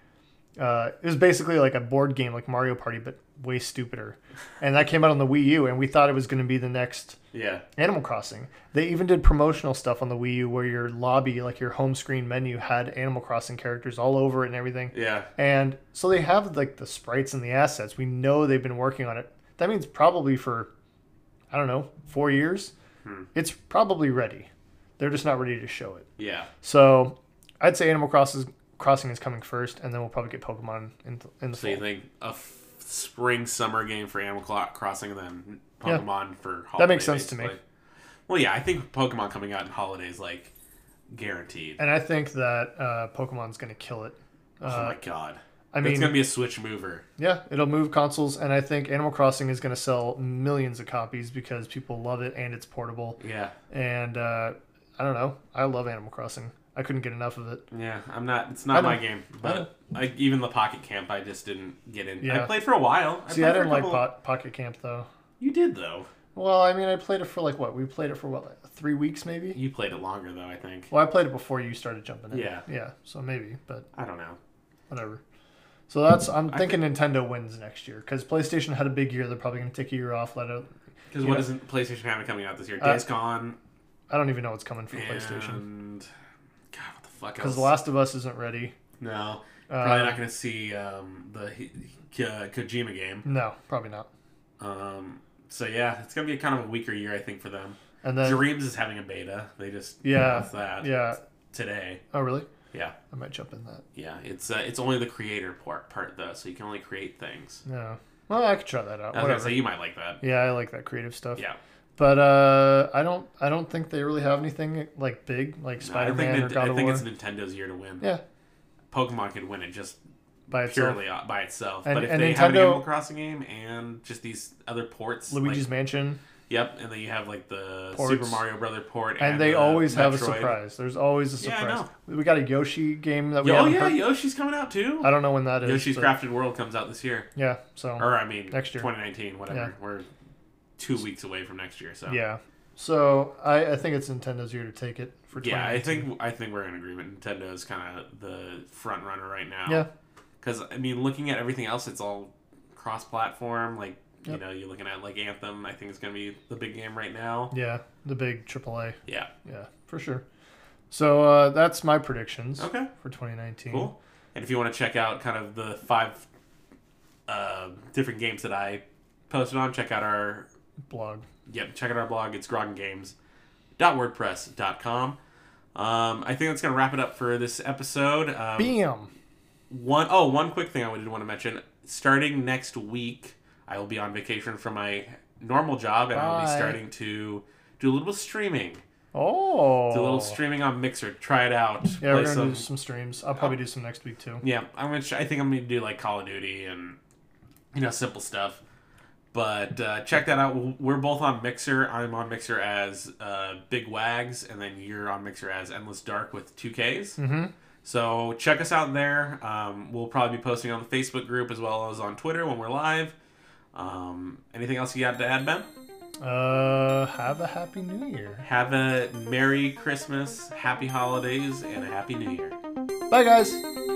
Speaker 2: Uh, it was basically like a board game, like Mario Party, but way stupider. And that came out on the Wii U, and we thought it was going to be the next
Speaker 1: Yeah,
Speaker 2: Animal Crossing. They even did promotional stuff on the Wii U, where your lobby, like your home screen menu, had Animal Crossing characters all over it and everything.
Speaker 1: yeah.
Speaker 2: And so they have like the sprites and the assets. We know they've been working on it. That means probably for, I don't know, four years.
Speaker 1: Hmm.
Speaker 2: It's probably ready. They're just not ready to show it.
Speaker 1: Yeah.
Speaker 2: So I'd say Animal Crosses, Crossing is coming first, and then we'll probably get Pokemon in, th- in the
Speaker 1: So you
Speaker 2: fall.
Speaker 1: think a f- spring summer game for Animal Clo- Crossing, and then
Speaker 2: Yeah.
Speaker 1: Pokemon for holiday,
Speaker 2: That makes sense to me.
Speaker 1: basically. Well, yeah, I think Pokemon coming out in holidays like guaranteed.
Speaker 2: And I think that uh, Pokemon's going to kill it.
Speaker 1: oh
Speaker 2: Uh,
Speaker 1: my god,
Speaker 2: I
Speaker 1: it's
Speaker 2: mean,
Speaker 1: gonna be a Switch mover.
Speaker 2: yeah, it'll move consoles, and I think Animal Crossing is going to sell millions of copies because people love it and it's portable.
Speaker 1: Yeah,
Speaker 2: And uh, I don't know, I love Animal Crossing. I couldn't get enough of it.
Speaker 1: yeah. I'm not. It's
Speaker 2: I
Speaker 1: not
Speaker 2: know.
Speaker 1: my game. But like even the Pocket Camp, I just didn't get in. I
Speaker 2: Yeah.
Speaker 1: played for a while.
Speaker 2: See,
Speaker 1: played
Speaker 2: I
Speaker 1: for a
Speaker 2: didn't like
Speaker 1: couple-
Speaker 2: po- Pocket Camp though.
Speaker 1: You did though.
Speaker 2: Well, I mean, I played it for like what? We played it for what, like three weeks maybe?
Speaker 1: You played it longer though. I think.
Speaker 2: Well, I played it before you started jumping in.
Speaker 1: Yeah.
Speaker 2: Yeah, so maybe, but
Speaker 1: I don't know.
Speaker 2: whatever. So that's, I'm
Speaker 1: I
Speaker 2: thinking Nintendo wins next year because PlayStation had a big year. They're probably going to take a year off. Let it,
Speaker 1: Because
Speaker 2: Yeah.
Speaker 1: what isn't PlayStation having coming out this year?
Speaker 2: Uh,
Speaker 1: Days Gone
Speaker 2: I don't even know what's coming for
Speaker 1: and
Speaker 2: PlayStation
Speaker 1: God, what the fuck
Speaker 2: because
Speaker 1: else?
Speaker 2: The Last of Us isn't ready.
Speaker 1: no,
Speaker 2: Uh,
Speaker 1: probably not gonna see um, the H- K- Kojima game.
Speaker 2: No, probably not.
Speaker 1: Um, so yeah, it's gonna be kind of a weaker year, I think, for them.
Speaker 2: And then
Speaker 1: Dreams is having a beta. They just
Speaker 2: Yeah,
Speaker 1: announced that
Speaker 2: yeah.
Speaker 1: today.
Speaker 2: Oh really?
Speaker 1: Yeah,
Speaker 2: I might jump in that.
Speaker 1: yeah. It's uh, it's only the creator part part though, so you can only create things.
Speaker 2: No. Well, I could try that out.
Speaker 1: I was gonna
Speaker 2: Whatever.
Speaker 1: say you might like that.
Speaker 2: yeah, I like that creative stuff.
Speaker 1: Yeah,
Speaker 2: But uh, I don't. I don't think they really have anything like big, like
Speaker 1: No, I
Speaker 2: Spider
Speaker 1: think
Speaker 2: Man or
Speaker 1: Nint-
Speaker 2: God
Speaker 1: I
Speaker 2: of
Speaker 1: think
Speaker 2: War.
Speaker 1: it's Nintendo's year to win.
Speaker 2: Yeah,
Speaker 1: Pokemon could win it just
Speaker 2: by itself.
Speaker 1: purely uh, by itself.
Speaker 2: And-
Speaker 1: but if
Speaker 2: and
Speaker 1: they have an
Speaker 2: Nintendo-
Speaker 1: Animal Crossing game and just these other ports, like-
Speaker 2: Luigi's Mansion,
Speaker 1: yep, and then you have like the
Speaker 2: Ports.
Speaker 1: Super Mario Brother port,
Speaker 2: and, they
Speaker 1: uh,
Speaker 2: always have a
Speaker 1: Metroid.
Speaker 2: surprise. There's always a
Speaker 1: Yeah, I
Speaker 2: surprise. We got a Yoshi game that we
Speaker 1: Yo- oh
Speaker 2: haven't
Speaker 1: yeah,
Speaker 2: heard.
Speaker 1: Yoshi's coming out too.
Speaker 2: I don't know when that is.
Speaker 1: Yoshi's
Speaker 2: but-
Speaker 1: Crafted World comes out this year,
Speaker 2: Yeah. So
Speaker 1: or I mean
Speaker 2: Next year.
Speaker 1: 2019, whatever. We're two weeks away from next year, so
Speaker 2: yeah. So I, I think it's Nintendo's year to take it for.
Speaker 1: Yeah, I
Speaker 2: 2019.
Speaker 1: think I think we're in agreement. Nintendo's kind of the front runner right now.
Speaker 2: Yeah.
Speaker 1: because I mean, looking at everything else, it's all cross-platform. Like you
Speaker 2: Yep.
Speaker 1: know, you're looking at like Anthem. I think it's gonna be the big game right now.
Speaker 2: Yeah, the big AAA.
Speaker 1: Yeah.
Speaker 2: Yeah, for sure. So uh, that's my predictions
Speaker 1: Okay.
Speaker 2: for 2019.
Speaker 1: Cool. And if you want to check out kind of the five uh, different games that I posted on, check out our
Speaker 2: Blog.
Speaker 1: yep, check out our blog. It's groggengames.wordpress.com. Um, I think that's gonna wrap it up for this episode. Um,
Speaker 2: Bam.
Speaker 1: One oh, one quick thing I did want to mention. Starting next week, I will be on vacation from my normal job, and I'll be
Speaker 2: Bye.
Speaker 1: starting to do a little bit of streaming.
Speaker 2: Oh.
Speaker 1: Do a little streaming on Mixer. Try it out.
Speaker 2: Yeah,
Speaker 1: Play
Speaker 2: we're gonna
Speaker 1: some-
Speaker 2: do some streams. I'll probably do some next week too.
Speaker 1: yeah, I'm gonna. Sh- I think I'm gonna do like Call of Duty and you know simple stuff. But uh, check that out. W- We're both on Mixer. I'm on Mixer as uh, Big Wags, and then you're on Mixer as Endless Dark with two Ks.
Speaker 2: Mm-hmm.
Speaker 1: So check us out there. Um, we'll probably be posting on the Facebook group as well as on Twitter when we're live. Um, anything else you got to add, Ben?
Speaker 2: Uh, have a happy new year.
Speaker 1: Have a Merry Christmas, Happy Holidays, and a Happy New Year.
Speaker 2: Bye, guys.